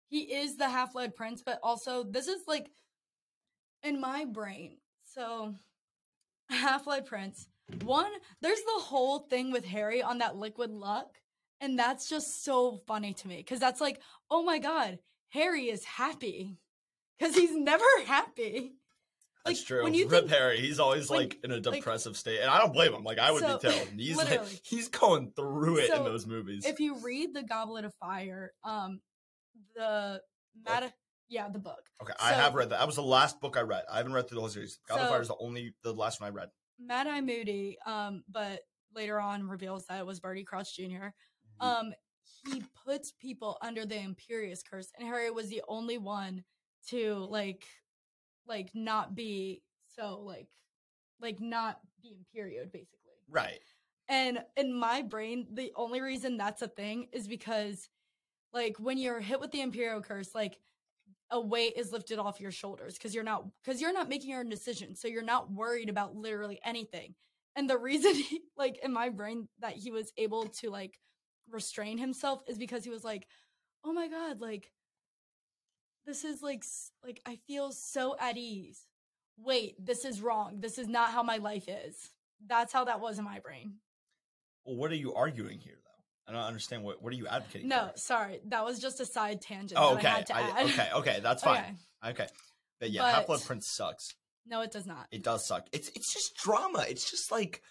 S1: he is the half blood prince, but also this is like in my brain. So half blood prince. One, there's the whole thing with Harry on that liquid luck, and that's just so funny to me because that's like, oh my god, Harry is happy because he's never happy.
S2: That's
S1: Like,
S2: true.
S1: when you
S2: Rip
S1: think-
S2: Harry, he's always
S1: when-
S2: like in a
S1: like-
S2: depressive state, and I don't blame him. Like I would
S1: So,
S2: be too. He's like,
S1: literally.
S2: he's going through it in
S1: So,
S2: those movies.
S1: If you read the Goblet of Fire, um, the Mata, yeah, the book.
S2: okay, I
S1: so-
S2: have read that. That was the last book I read. I haven't read through the whole series. God of
S1: So-
S2: Fire is the only the last one I read.
S1: Mad Eye Moody, um, but later on reveals that it was Barty Crouch Jr. Um, he puts people under the Imperious curse, and Harry was the only one to like, like not be so like, like not be Imperial basically.
S2: right.
S1: And in my brain, the only reason that's a thing is because, like, when you're hit with the Imperial curse, like a weight is lifted off your shoulders because you're not because you're not making your own decisions, so you're not worried about literally anything. And the reason, he, like, in my brain, that he was able to like restrain himself is because he was like, "Oh my god, like." This is like, s- like I feel so at ease. Wait, this is wrong. This is not how my life is. That's how that was in my brain.
S2: Well, what are you arguing here, though? I don't understand. What What are you advocating?
S1: No,
S2: for?
S1: sorry. That was just a side tangent.
S2: Oh,
S1: that
S2: okay.
S1: I had to
S2: I-
S1: add.
S2: okay. Okay. That's fine.
S1: Okay.
S2: Okay. But yeah, Half Blood
S1: But-
S2: Prince sucks.
S1: No, it does not.
S2: It does suck. It's it's just drama. It's just like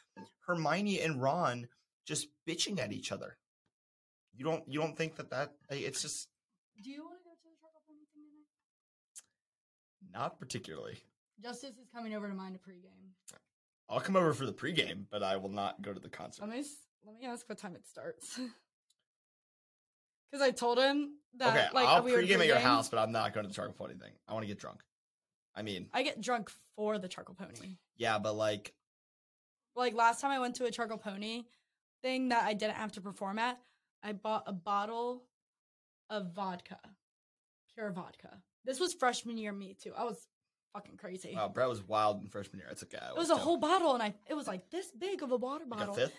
S2: Hermione and Ron just bitching at each other. You don't you don't think that that like, it's just
S1: Do you want to go to the truck up anything tonight?
S2: not particularly.
S1: Justice is coming over to mine to pregame.
S2: I'll come over for the pregame, but I will not go to the concert.
S1: Let me s- let me ask what time it starts. Because I told him that
S2: okay,
S1: like
S2: I'll
S1: we were
S2: pregame at your
S1: pregame.
S2: house, but I'm not going to the charcoal pony thing. I want to get drunk. I mean,
S1: I get drunk for the charcoal pony.
S2: yeah, but like
S1: Like last time I went to a charcoal pony thing that I didn't have to perform at, I bought a bottle of vodka, pure vodka. This was freshman year me too. I was fucking crazy.
S2: Wow, Brett was wild in freshman year. That's okay. I
S1: it was a
S2: still-
S1: whole bottle, and I it was like this big of a water
S2: like a
S1: bottle.
S2: fifth.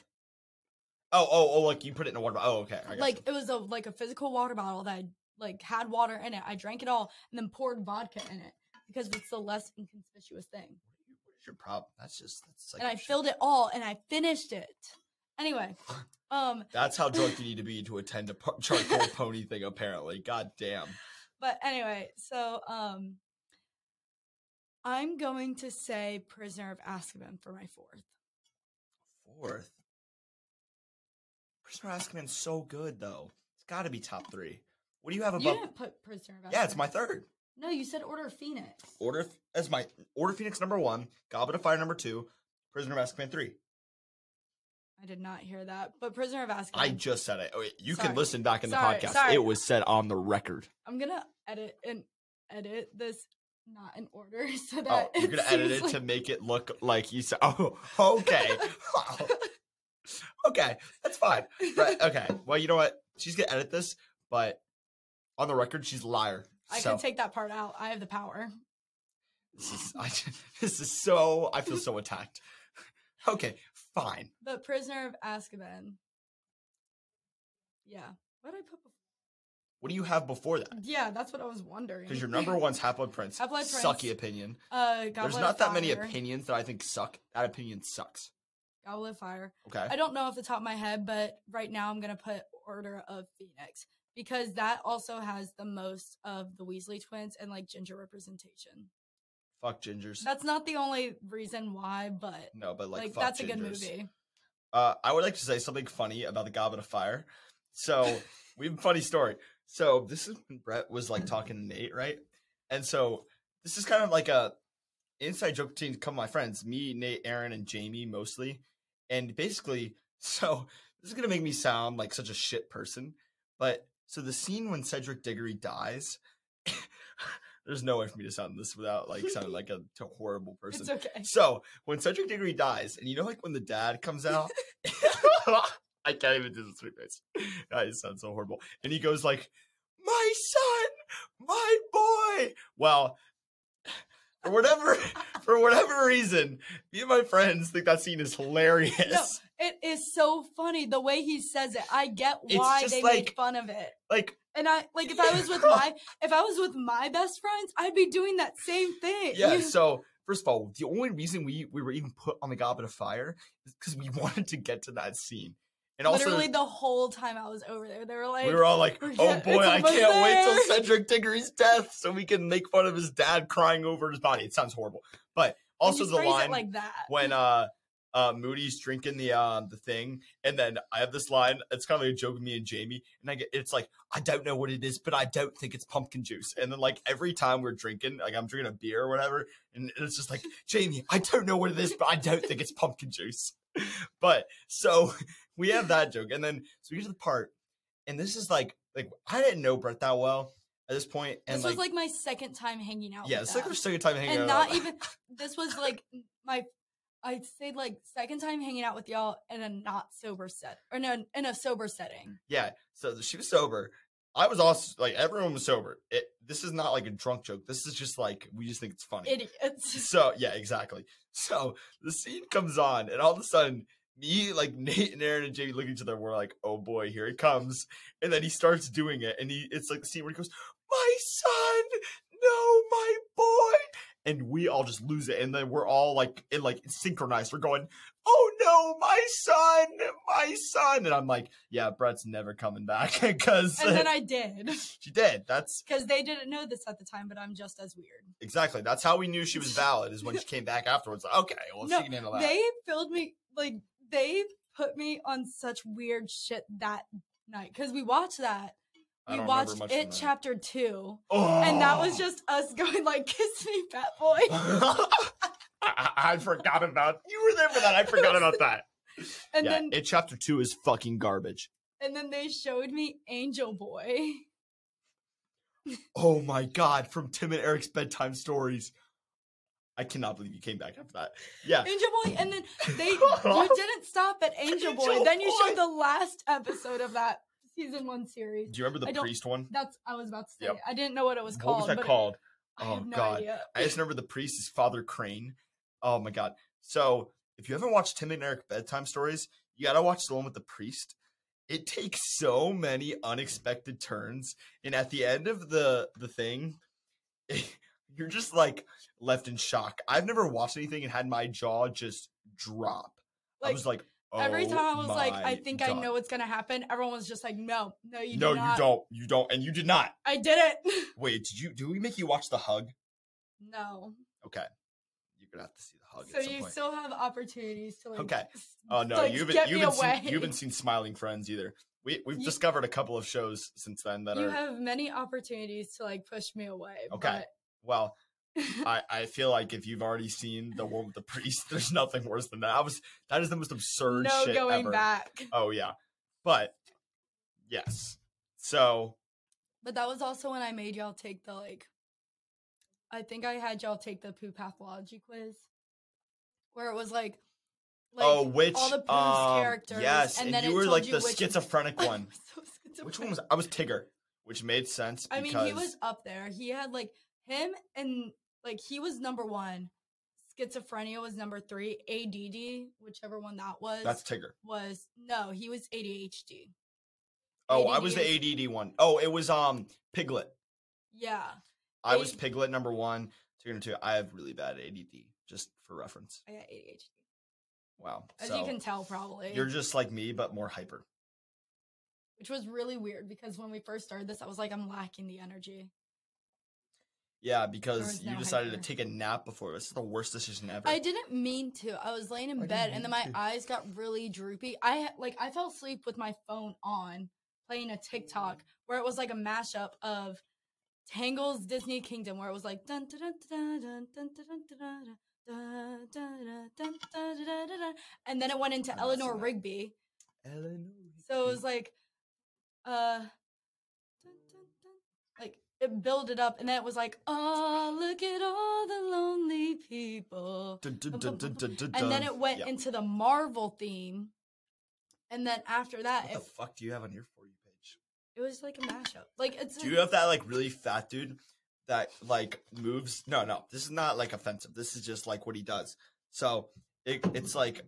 S2: Oh, oh, oh! Like you put it in a water bottle. Oh, okay. I got
S1: like it
S2: you.
S1: was a like a physical water bottle that like had water in it. I drank it all and then poured vodka in it because it's the less inconspicuous thing.
S2: What is your problem? That's just that's like.
S1: and I filled it all and I finished it. Anyway, um,
S2: That's how drunk you need to be to attend a par- charcoal pony thing. Apparently, god damn.
S1: but anyway, so um, I'm going to say Prisoner of Azkaban for my fourth.
S2: Fourth. Prisoner of Azkaban's so good though. It's got to be top three. What do you have
S1: You
S2: above?
S1: didn't put Prisoner of Azkaban.
S2: yeah, it's my third.
S1: No, you said Order of Phoenix.
S2: Order of- as my Order of Phoenix number one, Goblet of Fire number two, Prisoner of Azkaban three.
S1: I did not hear that, but Prisoner of Azkaban.
S2: I just said it. Oh, wait, you can
S1: Sorry.
S2: listen back in
S1: Sorry,
S2: the podcast.
S1: sorry.
S2: It was said on the record.
S1: I'm gonna edit and edit this not in order so
S2: Oh,
S1: that
S2: you're gonna edit it
S1: seems
S2: to
S1: like-
S2: make it look like you said. Oh, okay. Wow. Okay, that's fine. Right. Okay. Well, you know what? She's gonna edit this, but on the record, she's a liar.
S1: I
S2: so
S1: can take that part out. I have the power.
S2: this is I, this is so. I feel so attacked. Okay, fine.
S1: But Prisoner of Azkaban. Yeah. What did I put? Before?
S2: What do you have before that?
S1: Yeah, that's what I was wondering.
S2: Because your number one's Half Blood Prince.
S1: Half Blood Prince.
S2: Sucky opinion.
S1: Uh, Goblet
S2: There's
S1: of
S2: not that many
S1: Fire.
S2: opinions that I think suck. That opinion sucks.
S1: Goblet of Fire.
S2: Okay.
S1: I don't know off the top of my head, but right now I'm gonna put Order of Phoenix because that also has the most of the Weasley twins and like ginger representation.
S2: Fuck gingers.
S1: That's not the only reason why, but
S2: No, but like,
S1: like,
S2: fuck
S1: that's a good
S2: gingers.
S1: movie.
S2: Uh, I would like to say something funny about the Goblet of Fire. So we have a funny story. So this is when Brett was like talking to Nate, right? And so this is kind of like a inside joke between a couple of my friends, me, Nate, Aaron, and Jamie mostly. And basically, so this is gonna make me sound like such a shit person, but so the scene when Cedric Diggory dies, there's no way for me to sound this without like sounding like a, a horrible person.
S1: It's okay.
S2: So when Cedric Diggory dies, and you know, like when the dad comes out, I can't even do this with face. That just sounds so horrible. And he goes like, "My son, my boy." Well, for whatever for whatever reason, me and my friends think that scene is hilarious.
S1: It is so funny the way he says it. I get
S2: It's
S1: why
S2: just
S1: they
S2: like-
S1: make fun of it.
S2: Like,
S1: And I like if I was with my if I was with my best friends, I'd be doing that same thing.
S2: yeah. So first of all, the only reason we we were even put on the Goblet of Fire is because we wanted to get to that scene, and also
S1: Literally the whole time I was over there, they were like,
S2: we were all like,
S1: we're
S2: "Oh
S1: get-
S2: boy,
S1: it's
S2: I can't wait till
S1: almost there."
S2: Cedric Diggory's death, so we can make fun of his dad crying over his body." It sounds horrible,
S1: when
S2: but also
S1: you
S2: the
S1: phrase it
S2: line
S1: like that.
S2: when uh, uh, Moody's drinking the um the thing, and then I have this line. It's kind of like a joke with me and Jamie, and I get it's like I don't know what it is, but I don't think it's pumpkin juice. And then like every time we're drinking, like I'm drinking a beer or whatever, and it's just like Jamie, I don't know what it is, but I don't think it's pumpkin juice. But so we have that joke, and then so we get to the part, and this is like like I didn't know Brett that well at this point, and
S1: this
S2: like,
S1: was like my second time hanging out.
S2: yeah,
S1: with
S2: it's like
S1: them.
S2: our second time hanging
S1: and
S2: out.
S1: not even this was like my I'd say like second time hanging out with y'all in a not sober set or no in a sober setting.
S2: Yeah. So she was sober. I was also like everyone was sober. It, this is not like a drunk joke. This is just like we just think it's funny.
S1: Idiots.
S2: so yeah, exactly. So the scene comes on, and all of a sudden, me like Nate and Aaron and Jamie look at each other. And we're like, oh boy, here it comes. And then he starts doing it, and he it's like the scene where he goes, my son, no, my boy. And we all just lose it, and then we're all like, and like synchronized. We're going, oh no, my son, my son. And I'm like, yeah, Brett's never coming back because
S1: And then I did.
S2: she did. That's
S1: Because they didn't know this at the time, but I'm just as weird.
S2: exactly. That's how we knew she was valid is when she came back afterwards. Like, okay, well, if
S1: No,
S2: she can handle that.
S1: They filled me like they put me on such weird shit that night because we watched that.
S2: I
S1: We
S2: don't remember
S1: watched
S2: much from
S1: it
S2: that.
S1: chapter two,
S2: Oh.
S1: and that was just us going like, "Kiss me, fat boy."
S2: I, I- I forgot about you were there for that. I forgot about that.
S1: And
S2: yeah,
S1: then
S2: it chapter two is fucking garbage.
S1: and then they showed me Angel Boy.
S2: Oh my god, from Tim and Eric's bedtime stories. I cannot believe you came back after that. Yeah.
S1: Angel Boy, and then they you didn't stop at Angel, Boy.
S2: Angel
S1: Then you
S2: Boy.
S1: showed the last episode of that season one series.
S2: Do you remember
S1: I
S2: the
S1: don't-
S2: priest one?
S1: That's I was about to say.
S2: Yep.
S1: it. I didn't know what it was
S2: what
S1: called.
S2: was that
S1: but
S2: called?
S1: I
S2: oh
S1: have no
S2: god.
S1: idea.
S2: I just remember the priest is Father Crane. Oh my god. So if you haven't watched Tim and Eric bedtime stories, you gotta watch the one with the priest. It takes so many unexpected turns, and at the end of the the thing, you're just like left in shock. I've never watched anything and had my jaw just drop. I
S1: Like,
S2: was like, oh,
S1: every time I was like, I
S2: my
S1: think I
S2: God.
S1: know what's gonna happen. Everyone was just like, No, no, you
S2: no,
S1: do not.
S2: you don't, you don't, and you did not.
S1: I did it.
S2: Wait, did you? Do we make you watch the hug?
S1: no.
S2: You're gonna have to see the hug.
S1: So
S2: at some
S1: you
S2: point.
S1: still have opportunities to like.
S2: Okay.
S1: s-
S2: Oh no,
S1: like,
S2: you haven't
S1: get
S2: you
S1: me
S2: haven't, seen,
S1: away.
S2: you haven't seen Smiling Friends either. We we've
S1: You-
S2: discovered a couple of shows since then that
S1: You
S2: are
S1: have many opportunities to like push me away.
S2: Okay. well. I I feel like if you've already seen the one with the priest, there's nothing worse than that. I was that is the most
S1: but
S2: absurd
S1: no
S2: shit
S1: going
S2: ever.
S1: back.
S2: Oh yeah, but yes. So
S1: But that was also when I made y'all take the like. I think I had y'all take the poo pathology quiz, where it was like, like
S2: oh, which
S1: all the Pooh's
S2: um,
S1: characters,
S2: yes,
S1: and
S2: and,
S1: then
S2: you
S1: it
S2: were
S1: told
S2: like
S1: you
S2: the
S1: which-
S2: schizophrenic
S1: I
S2: one.
S1: was so
S2: which one
S1: schizophrenic.
S2: was I was Tigger, which made sense.
S1: I
S2: Because,
S1: mean, he was up there. He had like him and like he was number one. Schizophrenia was number three. ADD, whichever one that was,
S2: that's Tigger.
S1: was no, he was ADHD.
S2: Oh, I was the
S1: ADD.
S2: ADD one. Oh, it was um Piglet.
S1: Yeah,
S2: I was
S1: Eight.
S2: Piglet number one, two number two. I have really bad ADD, just for reference.
S1: I got ADHD.
S2: Wow.
S1: As
S2: so
S1: you can tell, probably.
S2: you're just like me, but more hyper.
S1: which was really weird because when we first started this, I was like, I'm lacking the energy.
S2: Yeah, because
S1: is
S2: you
S1: no
S2: decided
S1: hyper.
S2: to take a nap before. This is the worst decision ever.
S1: I didn't mean to. I was laying in
S2: Why didn't
S1: bed
S2: you
S1: and then my
S2: mean to?
S1: eyes got really droopy. I ha- like I fell asleep with my phone on playing a TikTok where it was like a mashup of Tangle's Disney Kingdom where it was like dun dun dun dun dun dun dun dun dun dun dun. Da, da, da, da, da, da, da, da, da. And then it went into
S2: I've not seen
S1: Eleanor
S2: that.
S1: Rigby.
S2: Eleanor
S1: So it
S2: Rigby.
S1: was like, uh, dun, dun, dun, like it built it up, and then it was like, oh, look at all the lonely people,
S2: Dun, dun,
S1: bum,
S2: dun,
S1: bum,
S2: dun, dun, dun,
S1: and then
S2: dun.
S1: it went
S2: Yeah.
S1: into the Marvel theme, and then after that,
S2: What the
S1: it,
S2: fuck do you have on your for you page?
S1: it was like a mashup. Like it's
S2: Do you have that like really fat dude that like moves? No, no, this is not like offensive. This is just like what he does. So it, it's like,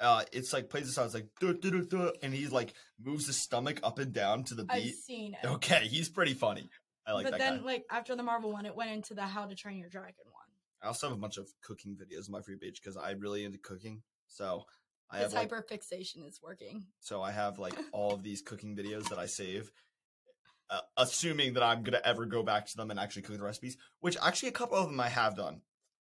S2: uh, it's like plays the song. It's like duh, duh, duh, duh, and he's like moves his stomach up and down to the
S1: I've
S2: beat.
S1: seen it,
S2: Okay, he's pretty funny. I like
S1: but
S2: that
S1: then
S2: guy.
S1: like after the Marvel one, it went into the How to Train Your Dragon one.
S2: I also have a bunch of cooking videos on my free page because I'm really into cooking. So I
S1: His
S2: have like,
S1: hyper fixation is working.
S2: so I have like all of these cooking videos that I save. Uh, assuming that I'm gonna ever go back to them and actually cook the recipes, which actually a couple of them I have done,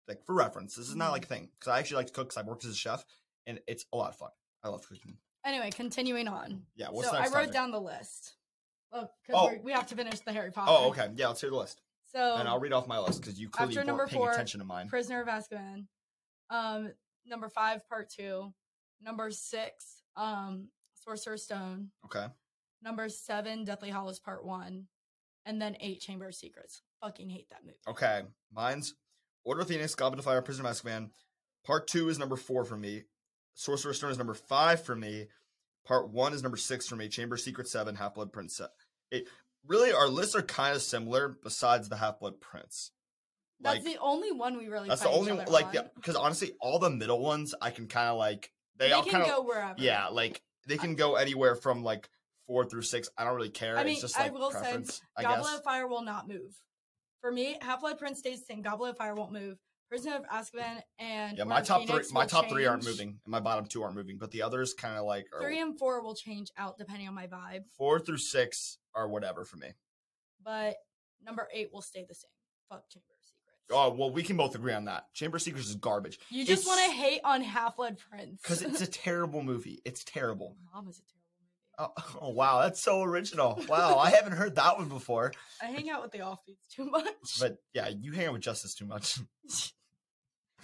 S2: like for reference. This is not
S1: Mm.
S2: like a thing because I actually like to cook because I've worked as a chef and it's a lot of fun. I love cooking.
S1: Anyway, continuing on.
S2: Yeah, what's
S1: Mm. so
S2: the
S1: I
S2: next
S1: wrote
S2: topic?
S1: down the list. Oh,
S2: Oh.
S1: because we have to finish the Harry Potter.
S2: Oh, okay. Yeah, let's hear the list,
S1: So
S2: and I'll read off my list because you clearly
S1: After
S2: weren't
S1: number
S2: paying
S1: four,
S2: attention to mine.
S1: Prisoner of Azkaban. Um, number five, part two. Number six, um, Sorcerer's Stone.
S2: Okay,
S1: Number seven, Deathly Hollows Part One, and then eight, Chamber of Secrets. Fucking hate that movie.
S2: okay. Mine's Order of Phoenix, Goblin of Fire, Prisoner of Azkaban. Part two is number four for me. Sorcerer's Stone is number five for me. Part one is number six for me. Chamber of Secret seven, Half Blood Prince. se- It really our lists are kind of similar, besides the Half Blood Prince.
S1: That's
S2: like
S1: the only one we really.
S2: that's the
S1: fight each
S2: only
S1: other
S2: like
S1: on.
S2: because honestly, all the middle ones I can kind of like they,
S1: They
S2: all
S1: can
S2: kind of
S1: go wherever.
S2: yeah like they can go anywhere from like four through six. I don't really care.
S1: I mean,
S2: it's just
S1: I
S2: like
S1: will say,
S2: preference. I guess.
S1: Goblet of Fire will not move. For me, Half Blood Prince stays the same. Goblet of Fire won't move. Prisoner of Azkaban and
S2: Yeah,
S1: Order
S2: my
S1: of
S2: top three,
S1: Phoenix
S2: my
S1: will
S2: top three aren't
S1: change.
S2: moving, and my bottom two aren't moving, but the others kind of like are
S1: Three and four will change out depending on my vibe,
S2: four through six are whatever for me.
S1: but number eight will stay the same. Fuck Chamber of Secrets.
S2: Oh well, we can both agree on that. Chamber of Secrets is garbage
S1: you just want to
S2: it's-
S1: hate on Half Blood Prince
S2: because it's a terrible movie. It's terrible.
S1: Mom is a terrible
S2: Oh, oh, wow, that's so original. Wow, I haven't heard that one before.
S1: movie. I hang out with the offbeats too much.
S2: But yeah, you hang out with Justice too much.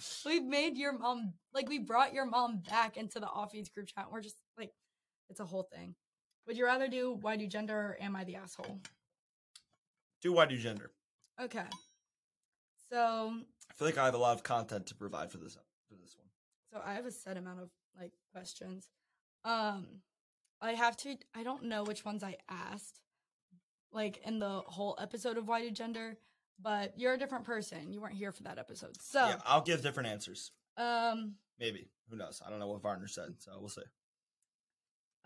S1: We've made your mom like we brought your mom back into the offbeats group chat. We're just like, it's a whole thing. Would you rather do why do gender or am I the asshole?
S2: Do why do gender?
S1: Okay. So
S2: I feel like I have a lot of content to provide for this for this one.
S1: so I have a set amount of like questions. Um I have to. I don't know which ones I asked, like in the whole episode of Why Did Gender, but you're a different person. You weren't here for that episode, so
S2: yeah, I'll give different answers.
S1: um,
S2: Maybe. Who knows? I don't know what Varner said, so we'll see.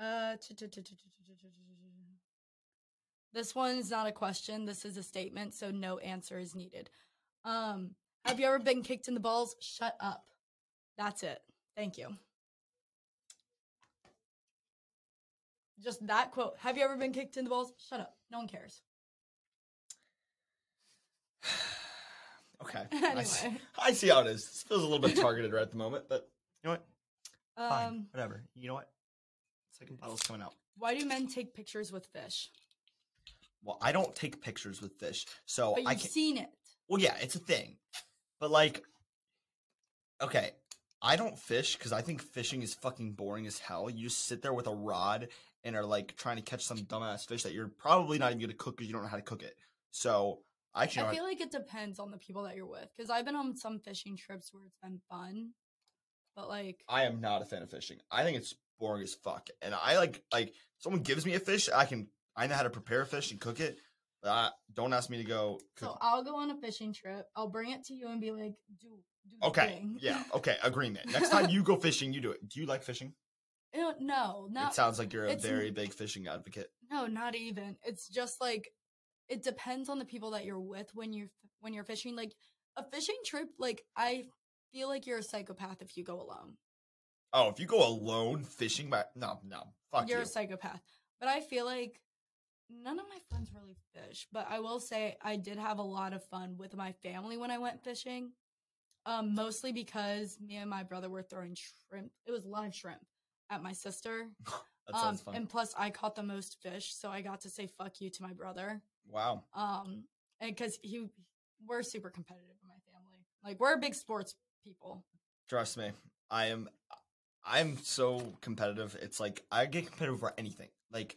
S1: uh, t- t- t- t- t- t- t- t- t- this one's not a question. This is a statement, so no answer is needed. Um, have you ever been kicked in the balls? Shut up. That's it. Thank you. Just that quote. Have you ever been kicked in the balls? Shut up. No one cares.
S2: Okay. I, see,
S1: anyway,
S2: I see how it is. This feels a little bit targeted right at the moment, but you know what? Fine.
S1: um,
S2: Whatever. You know what? Second bottle's coming out.
S1: why do men take pictures with fish?
S2: Well, I don't take pictures with fish, so
S1: But
S2: I
S1: you've
S2: can't.
S1: seen it.
S2: Well, yeah, it's a thing, but like, okay, I don't fish because I think fishing is fucking boring as hell. You just sit there with a rod and are like trying to catch some dumbass fish that you're probably not even gonna cook because you don't know how to cook it. So I actually,
S1: I
S2: don't-
S1: feel like it depends on the people that you're with. Because I've been on some fishing trips where it's been fun, but like,
S2: I am not a fan of fishing. I think it's boring as fuck, and I like like someone gives me a fish, I can I know how to prepare a fish and cook it. But I, don't ask me to go cook.
S1: so I'll go on a fishing trip. I'll bring it to you and be like, do do the
S2: Okay.
S1: thing."
S2: Yeah. Okay. Agreement. Next time you go fishing, you do it. Do you like fishing?
S1: Ew, no,
S2: it
S1: not
S2: sounds like you're a
S1: it's n-
S2: very big fishing advocate.
S1: no, not even. It's just like it depends on the people that you're with when you're when you're fishing. Like a fishing trip, like I feel like you're a psychopath if you go alone.
S2: Oh, if you go alone fishing, by no, no, fuck
S1: you're
S2: you.
S1: a psychopath. But I feel like none of my friends really fish. But I will say I did have a lot of fun with my family when I went fishing. Um, mostly because me and my brother were throwing shrimp. It was live shrimp at my sister.
S2: that sounds
S1: um,
S2: fun.
S1: and plus I caught the most fish, so I got to say fuck you to my brother.
S2: wow.
S1: Um, and because he, we're super competitive in my family. Like we're big sports people.
S2: Trust me, I am. I'm so competitive. It's like I get competitive for anything. Like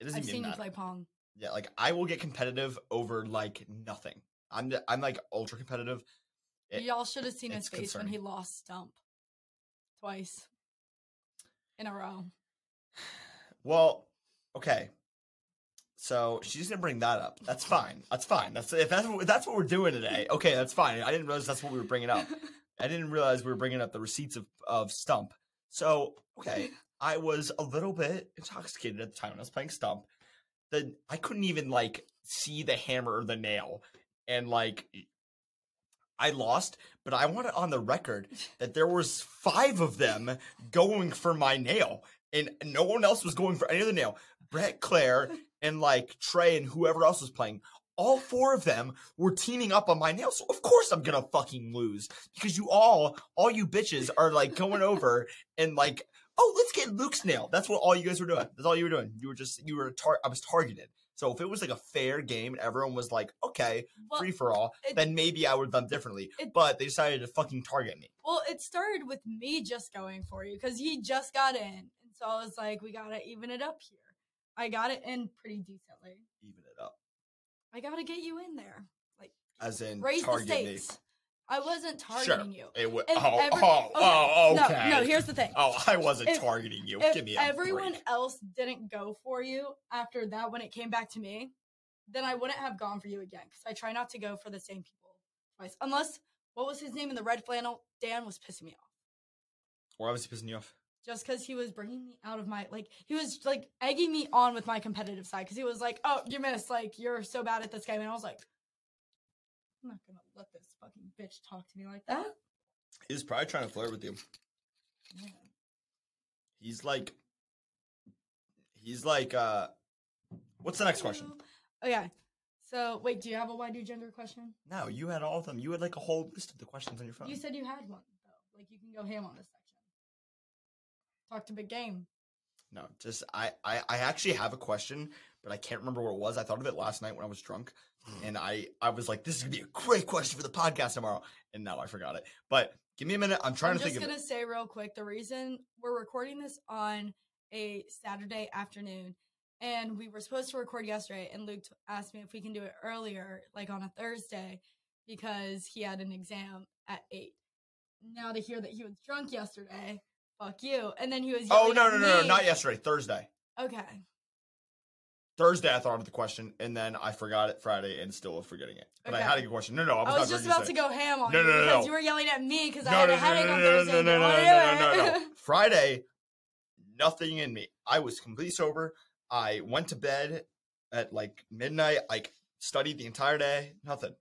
S2: it doesn't
S1: I've
S2: even
S1: seen you
S2: matter.
S1: play pong.
S2: Yeah, like I will get competitive over like nothing. I'm the- I'm like ultra competitive. It-
S1: Y'all should have seen his
S2: it's
S1: face
S2: concerning.
S1: when he lost Stump twice in a row.
S2: Well, okay. So she's gonna bring that up. That's fine. That's fine. That's if that's what, that's what we're doing today. Okay, that's fine. I didn't realize that's what we were bringing up. I didn't realize we were bringing up the receipts of, of Stump. So, okay, I was a little bit intoxicated at the time when I was playing Stump. Then I couldn't even like see the hammer or the nail, and like I lost. But I want it on the record that there was five of them going for my nail, and no one else was going for any other nail. Brett, Claire, and like Trey and whoever else was playing. All four of them were teaming up on my nail, so of course I'm gonna fucking lose because you all, all you bitches are like going over and like, oh, let's get Luke's nail. That's what all you guys were doing. That's all you were doing. You were just, you were, tar- I was targeted. So if it was like a fair game and everyone was like, okay,
S1: Well,
S2: free for all,
S1: it-
S2: then maybe I would have done differently.
S1: it-
S2: but they decided to fucking target me.
S1: well, it started with me just going for you because he just got in. And so I was like, we got to even it up here. I got it in pretty decently.
S2: Even it up,
S1: I got to get you in there.
S2: as in
S1: Raise the
S2: target me.
S1: stakes. I wasn't targeting you.
S2: It would.
S1: If
S2: oh,
S1: every-
S2: oh,
S1: okay,
S2: oh, okay.
S1: No, no, here's the thing.
S2: oh, I wasn't
S1: if-
S2: targeting you.
S1: if
S2: Give me a
S1: everyone
S2: break.
S1: else didn't go for you after that when it came back to me then i wouldn't have gone for you again because i try not to go for the same people twice unless what was his name in the red flannel dan was pissing me off
S2: Or I was pissing you off.
S1: just because he was bringing me out of my like he was like egging me on with my competitive side because he was like oh you missed like you're so bad at this game and i was like i'm not gonna let this fucking bitch talk to me like that
S2: He was probably trying to flirt with you. He's like, he's like, uh, what's the next question?
S1: Um, okay so wait do you have a why do gender question
S2: No, you had all of them. You had like a whole list of the questions on your phone.
S1: You said you had one though. Like you can go ham on this section. Talk to big game.
S2: no, just I, I, I actually have a question, but I can't remember what it was. I thought of it last night when I was drunk, and I, I was like, this is gonna be a great question for the podcast tomorrow, and now I forgot it. But give me a minute. I'm trying
S1: I'm
S2: to think
S1: just
S2: of
S1: gonna
S2: it.
S1: say real quick the reason we're recording this on a Saturday afternoon, and we were supposed to record yesterday, and Luke t- asked me if we can do it earlier, like on a Thursday, because he had an exam at eight. Now to hear that he was drunk yesterday, fuck you. And then he was
S2: Oh
S1: yelling
S2: no
S1: at
S2: no no, no
S1: me.
S2: not yesterday. Thursday.
S1: Okay.
S2: Thursday I thought of the question and then I forgot it Friday and still forgetting it. But I
S1: Okay.
S2: had a good question. No no I
S1: I
S2: was,
S1: was, just
S2: not going
S1: about
S2: say.
S1: to go ham on
S2: No,
S1: you
S2: no, no,
S1: because
S2: no.
S1: you were yelling at me because I
S2: No,
S1: had
S2: no,
S1: a headache
S2: no,
S1: on
S2: no,
S1: Thursday.
S2: no, no, no, no,
S1: Don't
S2: no,
S1: do
S2: no, no,
S1: it.
S2: no. Friday, nothing in me. I was completely sober. I went to bed at like midnight. I studied the entire day. Nothing.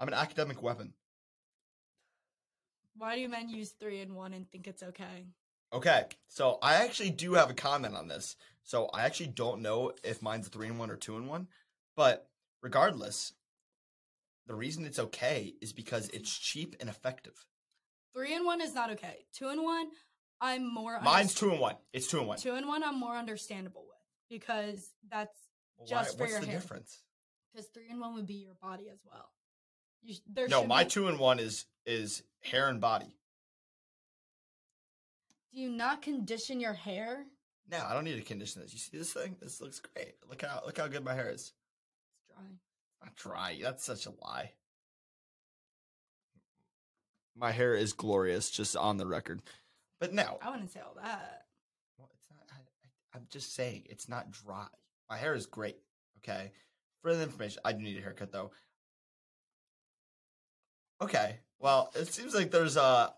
S2: I'm an academic weapon.
S1: Why do men use three and one and think it's okay?
S2: Okay, so I actually do have a comment on this. So I actually don't know if mine's a three and one or two and one, but regardless, the reason it's okay is because it's cheap and effective.
S1: Three and one is not okay. Two and one, I'm more.
S2: Mine's
S1: underst-
S2: two and one. It's two and one.
S1: Two and one, I'm more understandable with because that's
S2: Why-
S1: just for
S2: what's
S1: your
S2: the
S1: hair.
S2: difference?
S1: because three and one would be your body as well. You sh- there
S2: No,
S1: should
S2: my
S1: be-
S2: two and one is is hair and body.
S1: Do you not condition your hair?
S2: No, I don't need to condition this. You see this thing? This looks great. Look how look how good my hair is.
S1: It's dry.
S2: Not dry. That's such a lie. My hair is glorious, just on the record. But no,
S1: I wouldn't say all that.
S2: Well, it's not. I, I, I'm just saying it's not dry. My hair is great. Okay. Further information. I do need a haircut though. Okay. Well, it seems like there's a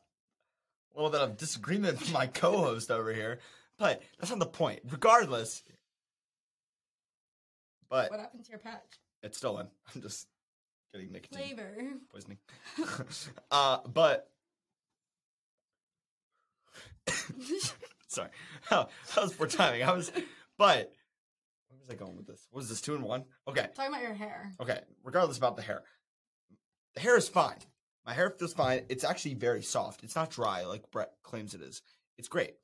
S2: little bit of disagreement with my co-host over here, but that's not the point. Regardless. But
S1: What happened to your patch?
S2: it's still in. I'm just getting nicotine
S1: Flavor.
S2: poisoning. uh, but sorry, that was poor timing. I was, but where was I going with this? What was this two and one? Okay,
S1: Talking about your hair.
S2: okay. Regardless about the hair, the hair is fine. My hair feels fine. It's actually very soft. It's not dry like Brett claims it is. It's great.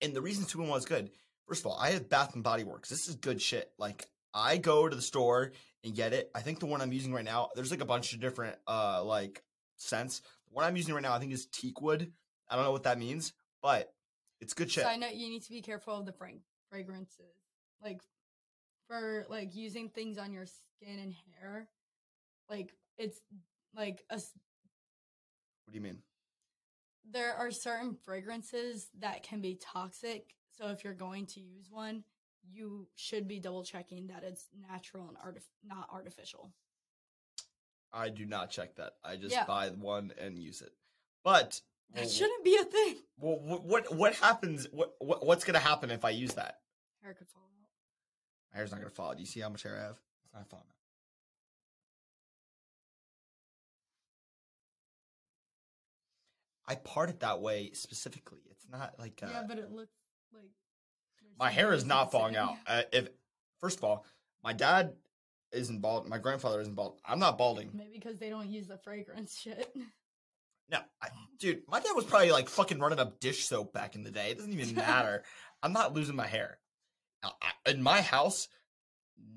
S2: And the reason two and one is good. First of all, I have Bath and Body Works. This is good shit. Like I go to the store and get it. I think the one I'm using right now, there's like a bunch of different uh like scents. The one I'm using right now, I think is teakwood. I don't know what that means, but it's good shit.
S1: So I know you need to be careful of the frag- fragrances, like for like using things on your skin and hair. Like it's like a s
S2: What do you mean?
S1: there are certain fragrances that can be toxic. So if you're going to use one, you should be double checking that it's natural and artif- not artificial.
S2: I do not check that. I just
S1: Yeah.
S2: buy one and use it. But
S1: That
S2: well,
S1: shouldn't be a thing.
S2: well, wh- what what happens? What, what what's gonna happen if I use that?
S1: Hair could fall out.
S2: My hair's not gonna fall. out. Do you see how much hair I have? It's not falling. out. I part it that way specifically. It's not like uh,
S1: yeah, but it looks like there's
S2: my
S1: some
S2: hair is
S1: fragrances
S2: not
S1: sitting
S2: falling out.
S1: there.
S2: Uh, if first of all, my dad isn't bald. My grandfather isn't bald. I'm not balding.
S1: Maybe because they don't use the fragrance shit.
S2: No, I, dude, my dad was probably like fucking running up dish soap back in the day. It doesn't even matter. I'm not losing my hair. Now, I- in my house,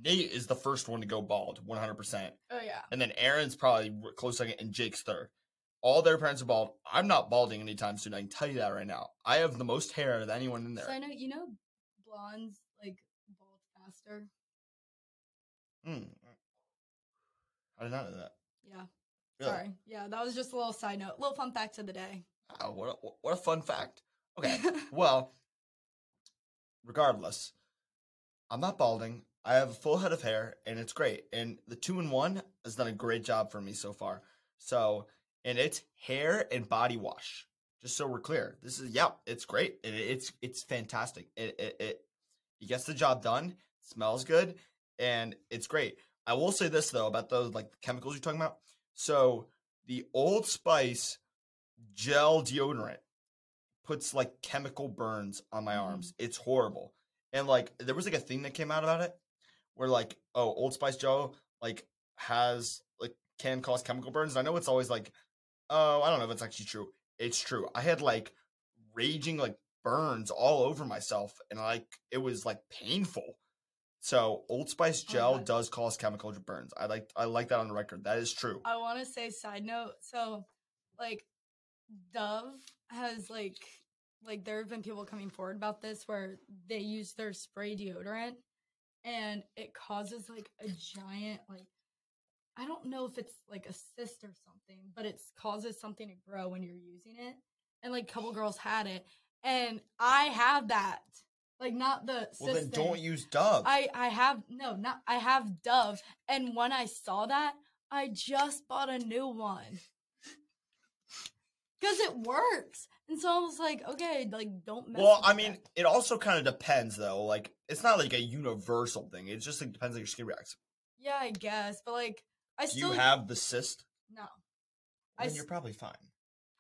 S2: Nate is the first one to go bald, 100%.
S1: Oh yeah.
S2: And then Aaron's probably r- close second, and Jake's third. All their parents are bald. I'm not balding anytime soon. I can tell you that right now. I have the most hair of anyone in there.
S1: So I know you know blondes like bald faster.
S2: Hmm. I did not know that.
S1: Yeah.
S2: Really?
S1: Sorry. Yeah, that was just a little side note, little fun fact of the day.
S2: Wow, what a, what a fun fact. Okay. Well, regardless, I'm not balding. I have a full head of hair, and it's great. And the two in one has done a great job for me so far. So, and it's hair and body wash. Just so we're clear, this is yeah, it's great, and it, it's it's fantastic. It, it it it gets the job done. Smells good, and it's great. I will say this though about those like the chemicals you're talking about. So the Old Spice gel deodorant puts like chemical burns on my
S1: Mhm.
S2: arms. It's horrible. And like there was like a thing that came out about it where like oh Old Spice gel like has like can cause chemical burns. And I know it's always like oh I don't know if it's actually true. It's true. I had like raging like burns all over myself and like it was like painful. So Old Spice
S1: Oh,
S2: gel
S1: God.
S2: does cause chemical burns. I like I like that on the record. That is true.
S1: I want to say side note. So, like, Dove has like, like there have been people coming forward about this where they use their spray deodorant, and it causes like a giant like, I don't know if it's like a cyst or something, but it causes something to grow when you're using it. And like, a couple girls had it, and I have that. Like not the
S2: Well, then
S1: cis thing.
S2: don't use Dove.
S1: I I have no, not I have Dove, and when I saw that, I just bought a new one because it works. And so I was like, okay, like don't mess.
S2: well,
S1: with
S2: I
S1: that.
S2: mean, it also kind of depends, though. Like, it's not like a universal thing. It just like, depends on your skin reacts.
S1: yeah, I guess, but like I
S2: Do you
S1: still
S2: have the cyst?
S1: no, I
S2: Then
S1: s-
S2: you're probably fine.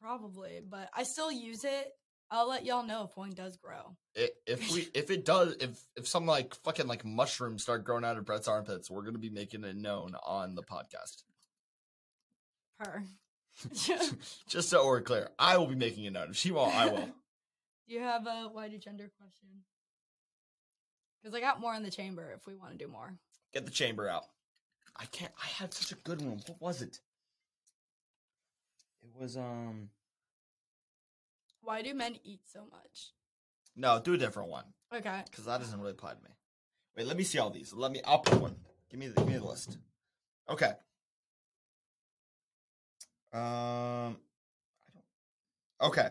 S1: probably, but I still use it. I'll let y'all know if one does grow.
S2: I- If we, if it does, if if some like fucking like mushrooms start growing out of Brett's armpits, we're gonna be making it known on the podcast.
S1: Per.
S2: Just so we're clear, I will be making it known. If she won't, I will.
S1: Do you have a why do gender question? Because I got more in the chamber if we want to do more.
S2: Get the chamber out. I can't. I had such a good one. What was it? It was um.
S1: Why do men eat so much?
S2: No, do a different one
S1: Okay.
S2: because that doesn't really apply to me. Wait, let me see all these. Let me. I'll pick one. Give me the. Give me the list. Okay. Um. I don't. Okay.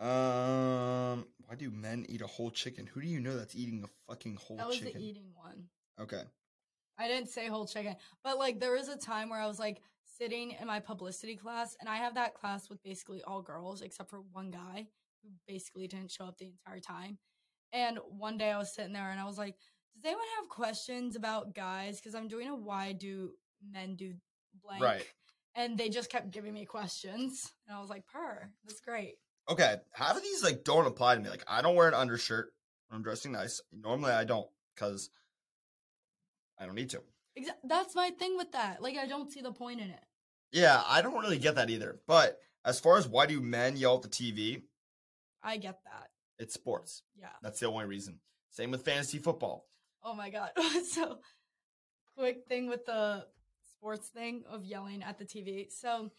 S2: Um. Why do men eat a whole chicken? Who do you know that's eating a fucking whole
S1: That was
S2: chicken?
S1: the eating one.
S2: okay.
S1: I didn't say whole chicken, but like there was a time where I was like sitting in my publicity class, and I have that class with basically all girls except for one guy who basically didn't show up the entire time. And one day I was sitting there and I was like, Does anyone have questions about guys? Because I'm doing a why do men do blank.
S2: Right.
S1: And they just kept giving me questions. And I was like, Purr, that's great.
S2: Okay, half of these like don't apply to me. Like I don't wear an undershirt when I'm dressing nice. Normally I don't because I don't need to.
S1: Exa- that's my thing with that. Like, I don't see the point in it.
S2: Yeah, I don't really get that either. But as far as why do men yell at the TV,
S1: I get that.
S2: it's sports.
S1: Yeah.
S2: That's the only reason. Same with fantasy football.
S1: Oh my god. so quick thing with the sports thing of yelling at the TV. So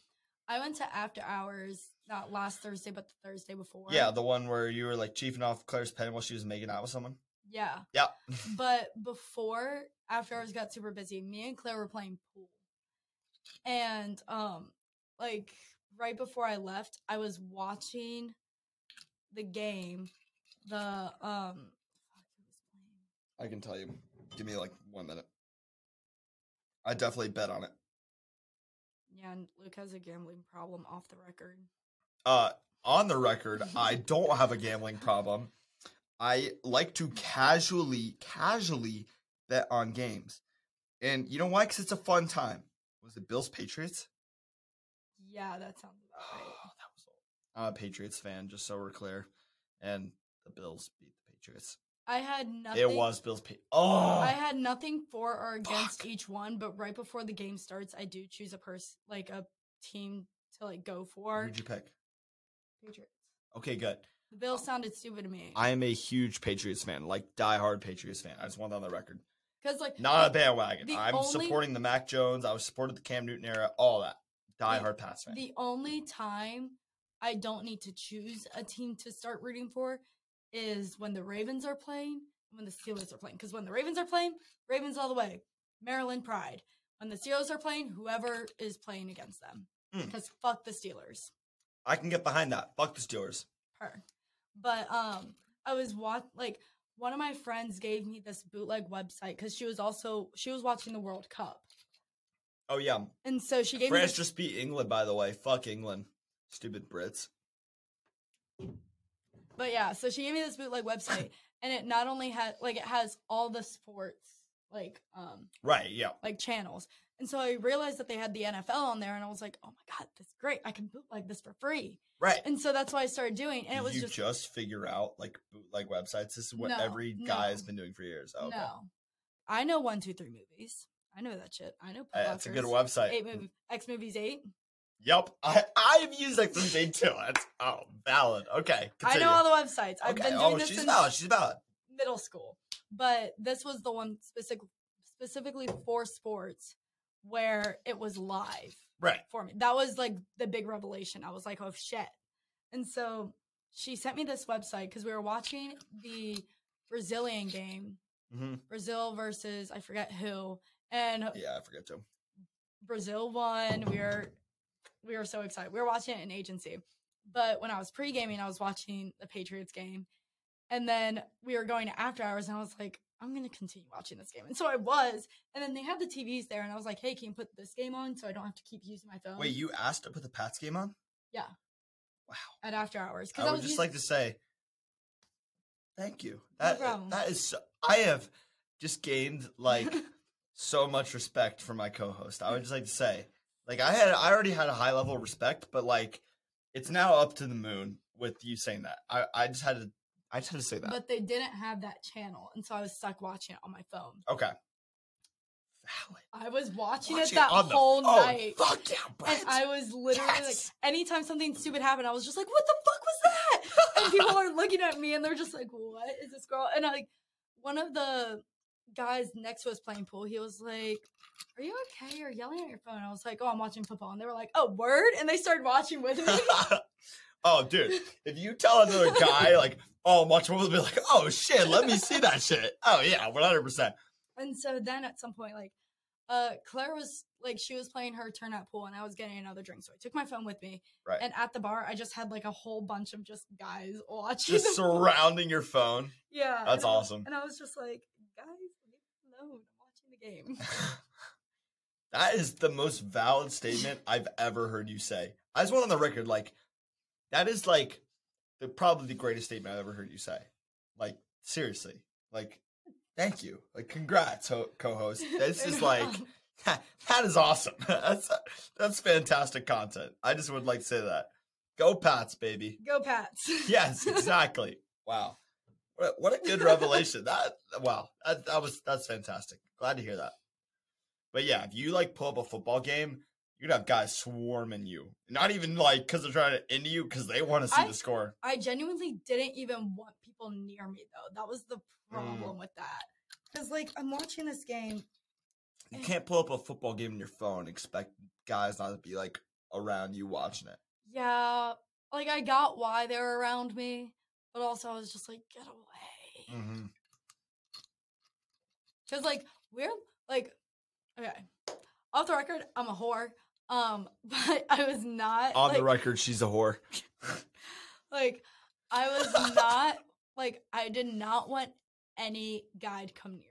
S1: I went to after hours not last Thursday but the Thursday before.
S2: Yeah, the one where you were like chiefing off Claire's pen while she was making out with someone.
S1: Yeah.
S2: Yeah.
S1: but before after hours got super busy, me and Claire were playing pool. And um like right before I left, I was watching the game, the um fuck, who was playing?
S2: I can tell you. Give me like one minute. I definitely bet on it.
S1: Yeah, and Luke has a gambling problem off the record.
S2: Uh, on the record, I don't have a gambling problem. I like to casually, casually bet on games, and you know why? Because it's a fun time. Was it Bills Patriots?
S1: Yeah, that sounds about right.
S2: Oh, that was old. I'm a Patriots fan, just so we're clear. And the Bills beat the Patriots.
S1: I had nothing.
S2: It was Bills. Pa- oh,
S1: I had nothing for or against
S2: Fuck.
S1: each one, but right before the game starts, I do choose a person, like a team to like go for.
S2: who'd you pick?
S1: Patriots.
S2: Okay, good.
S1: The Bills sounded stupid to me.
S2: Oh. I am a huge Patriots fan, like diehard Patriots fan. I just want that on the record.
S1: Because like
S2: Not a
S1: the,
S2: bandwagon.
S1: the
S2: I'm
S1: only-
S2: supporting the Mac Jones. I was supported the Cam Newton era. All that. Die
S1: The-
S2: hard pass fan.
S1: the only time I don't need to choose a team to start rooting for is when the Ravens are playing, when the Steelers are playing. Because when the Ravens are playing, Ravens all the way, Maryland pride. When the Steelers are playing, whoever is playing against them.
S2: Mm.
S1: Because fuck the Steelers.
S2: I can get behind that. Fuck the Steelers.
S1: her. But um, I was watch like one of my friends gave me this bootleg website because she was also she was watching the World Cup,
S2: Oh yeah.
S1: and so she gave
S2: France
S1: me.
S2: just beat England, by the way. Fuck England. Stupid Brits.
S1: This, but yeah, so she gave me this bootleg website, and it not only had like it has all the sports like um
S2: Right, yeah.
S1: like channels, and so I realized that they had the NFL on there, and I was like, oh my god, that's great! I can bootleg this for free,
S2: Right.
S1: and so that's what I started doing, and it
S2: Did
S1: was
S2: you
S1: just,
S2: just... figure out like bootleg websites. This is what
S1: No,
S2: every
S1: no.
S2: guy has been doing for years. Oh, okay.
S1: no, I know one, two, three movies. I know that shit. I know.
S2: Hey, that's Uh, a good mm.
S1: Putlockers.
S2: website.
S1: Eight movie, X movies eight.
S2: Yep. I I've used like this day too. That's oh valid. Okay.
S1: I know all
S2: continue.
S1: the websites. I've
S2: okay.
S1: been doing
S2: oh,
S1: this
S2: she's
S1: since
S2: valid. She's valid.
S1: middle school, but this was the one specific, specifically for sports where it was live
S2: Right.
S1: for me. That was like the big revelation. I was like, oh shit. And so she sent me this website because we were watching the Brazilian game,
S2: hmm
S1: Brazil versus I forget who, and
S2: Yeah, I forget to.
S1: Brazil won. We were we were so excited. We were watching it in agency. But when I was pre gaming, I was watching the Patriots game. And then we were going to after hours, and I was like, I'm going to continue watching this game. And so I was. And then they had the TVs there, and I was like, hey, can you put this game on so I don't have to keep using my phone?
S2: Wait, you asked to put the Pats game on?
S1: Yeah.
S2: Wow.
S1: At after hours.
S2: I would just like to say thank you. That
S1: problem.
S2: that is so, I have just gained like so much respect for my co-host. I would just like to say like I had I already had a high level of respect, but like it's now up to the moon with you saying that. I I just had to I just had to say that.
S1: But they didn't have that channel, and so I was stuck watching it on my phone.
S2: okay. Valid.
S1: I was watching
S2: Watch
S1: it that
S2: on the
S1: whole
S2: phone.
S1: night.
S2: Fuck yeah, Brett.
S1: And I was literally
S2: Yes.
S1: like, anytime something stupid happened, I was just like, what the fuck was that? And people are looking at me and they're just like, what is this girl? And I, like, one of the guys next to us playing pool, he was like, are you okay? You're yelling at your phone. I was like, oh, I'm watching football. And they were like, oh, word? And they started watching with me.
S2: oh, dude, if you tell another guy like, "Oh, I'm watching," will be like, "Oh shit, let me see that shit." Oh yeah, one hundred percent.
S1: And so then at some point, like, uh, Claire was like, she was playing her turn at pool, and I was getting another drink, so I took my phone with me.
S2: Right.
S1: And at the bar, I just had like a whole bunch of just guys watching.
S2: Just
S1: the pool.
S2: surrounding your phone.
S1: yeah,
S2: That's
S1: and I was-
S2: awesome.
S1: And I was just like, guys, leave me alone. I'm watching the game.
S2: that is the most valid statement I've ever heard you say. I just want on the record, like, that is like the probably the greatest statement I've ever heard you say. Like, seriously, like, thank you, like, congrats, ho- co-host. This is
S1: And,
S2: like.
S1: um,
S2: that is awesome. That's that's fantastic content. I just would like to say that. Go Pats, baby.
S1: go Pats.
S2: Yes, exactly. wow. What a, what a good revelation. That wow. That, that was that's fantastic. Glad to hear that. But yeah, if you like pull up a football game, you'd have guys swarming you. Not even like because they're trying to into you because they want to see
S1: I-
S2: the score.
S1: I genuinely didn't even want people near me though. That was the problem with that. Because like I'm watching this game,
S2: You can't pull up a football game on your phone and expect guys not to be like around you watching it.
S1: Yeah, like I got why they were around me, but also I was just like, get away.
S2: Mm-hmm.
S1: Because, like, we're like, okay, off the record, I'm a whore. Um, but I was not
S2: On
S1: like,
S2: the record, she's a whore.
S1: Like, I was not like I did not want any guy to come near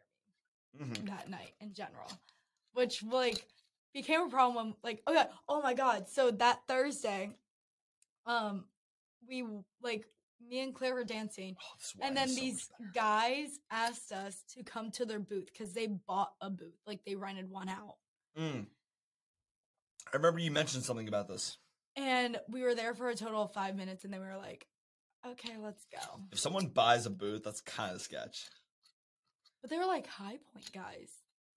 S2: Mm-hmm.
S1: me that night in general, which like became a problem. When, like, okay, oh my god. So that Thursday, um, we like me and Claire were dancing.
S2: Oh, this is why
S1: And
S2: I'm
S1: then
S2: so
S1: these
S2: much better.
S1: guys asked us to come to their booth because they bought a booth, like they rented one out.
S2: Mm. I remember you mentioned something about this.
S1: And we were there for a total of five minutes, and then we were like, "Okay, let's go."
S2: If someone buys a booth, that's kind of sketch.
S1: But they were like High Point guys,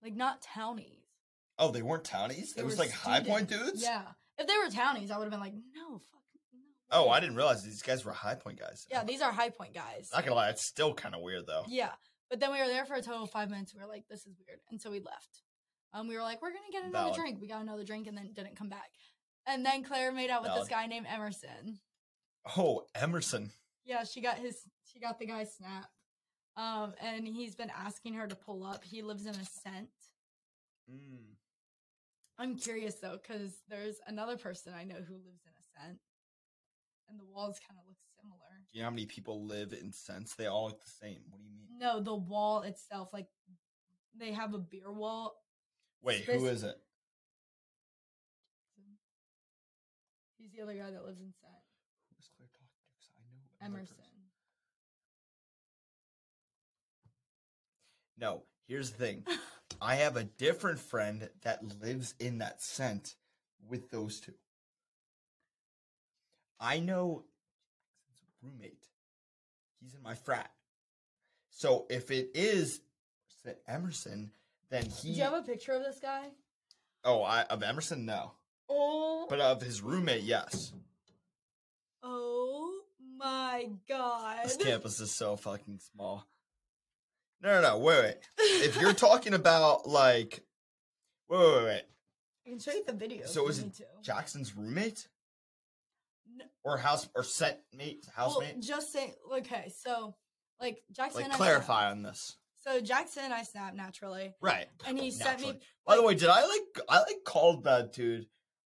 S1: like not townies.
S2: Oh, they weren't townies.
S1: They
S2: It was
S1: were
S2: like High Point
S1: students.
S2: dudes.
S1: Yeah, if they were townies, I would have been like, "No, fuck." No
S2: Oh,
S1: way."
S2: I didn't realize these guys were High Point guys.
S1: Yeah, these are High Point guys.
S2: Not gonna lie, it's still kind of weird though.
S1: Yeah, but then we were there for a total of five minutes. We were like, "This is weird," and so we left. Um, we were like, "We're gonna get another
S2: Valid.
S1: drink." We got another drink and then didn't come back. And then Claire made out with this
S2: Valid.
S1: guy named Emerson.
S2: Oh, Emerson.
S1: Yeah, she got his. She got the guy snapped. Um, and he's been asking her to pull up. He lives in a scent.
S2: Mm.
S1: I'm curious though, because there's another person I know who lives in a scent, and the walls kind of look similar.
S2: Do you know how many people live in sense? They all look the same. What do you mean?
S1: No, the wall itself, like they have a beer wall.
S2: Wait, who
S1: Spec-
S2: is it?
S1: He's the other guy that lives in scent.
S2: Who is Claire talking to? 'Cause I know another
S1: Emerson.
S2: person. No, here's the thing. I have a different friend that lives in that scent with those two. I know roommate. He's in my frat. So if it is said Emerson, then
S1: Do
S2: he
S1: you have a picture of this guy?
S2: Oh, I of Emerson no.
S1: Oh,
S2: But of his roommate, yes.
S1: oh my god!
S2: This campus is so fucking small. No, no, no. Wait, wait. If you're talking about like Wait, wait, wait.
S1: I can show you the video.
S2: So
S1: if
S2: is
S1: you
S2: it
S1: need to.
S2: Jackson's roommate?
S1: No.
S2: Or house or set mate,
S1: Well,
S2: housemate?
S1: just say okay. So, like Jackson,
S2: like
S1: and I
S2: clarify on this.
S1: snapped- So Jackson and I snapped naturally,
S2: Right.
S1: and he sent me.
S2: Naturally. By the
S1: like-
S2: way, did I like I like called that dude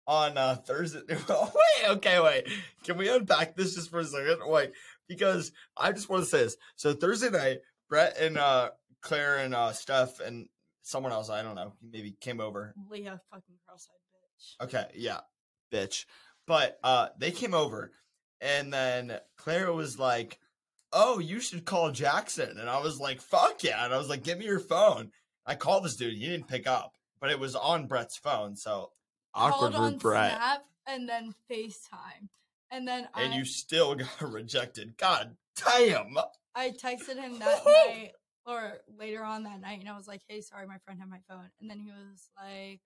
S2: on uh, Thursday. wait, okay, wait. Can we unpack this just for a second? Wait, because I just want to say this. So Thursday night, Brett and uh, Claire and uh, Steph and someone else, I don't know, maybe came over.
S1: Leah fucking cross-eyed bitch.
S2: Okay, yeah, bitch. But uh, they came over, and then Claire was like, "Oh, you should call Jackson," and I was like, "Fuck yeah!" And I was like, "Give me your phone." I called this dude. He didn't pick up, but it was on Brett's phone, so
S1: Called
S3: Awkward for
S1: on
S3: Brett.
S1: Snap and then FaceTime. And then
S2: and
S1: I,
S2: you still got rejected. God damn.
S1: I texted him that night or later on that night and I was like, hey, sorry, my friend had my phone. And then he was like,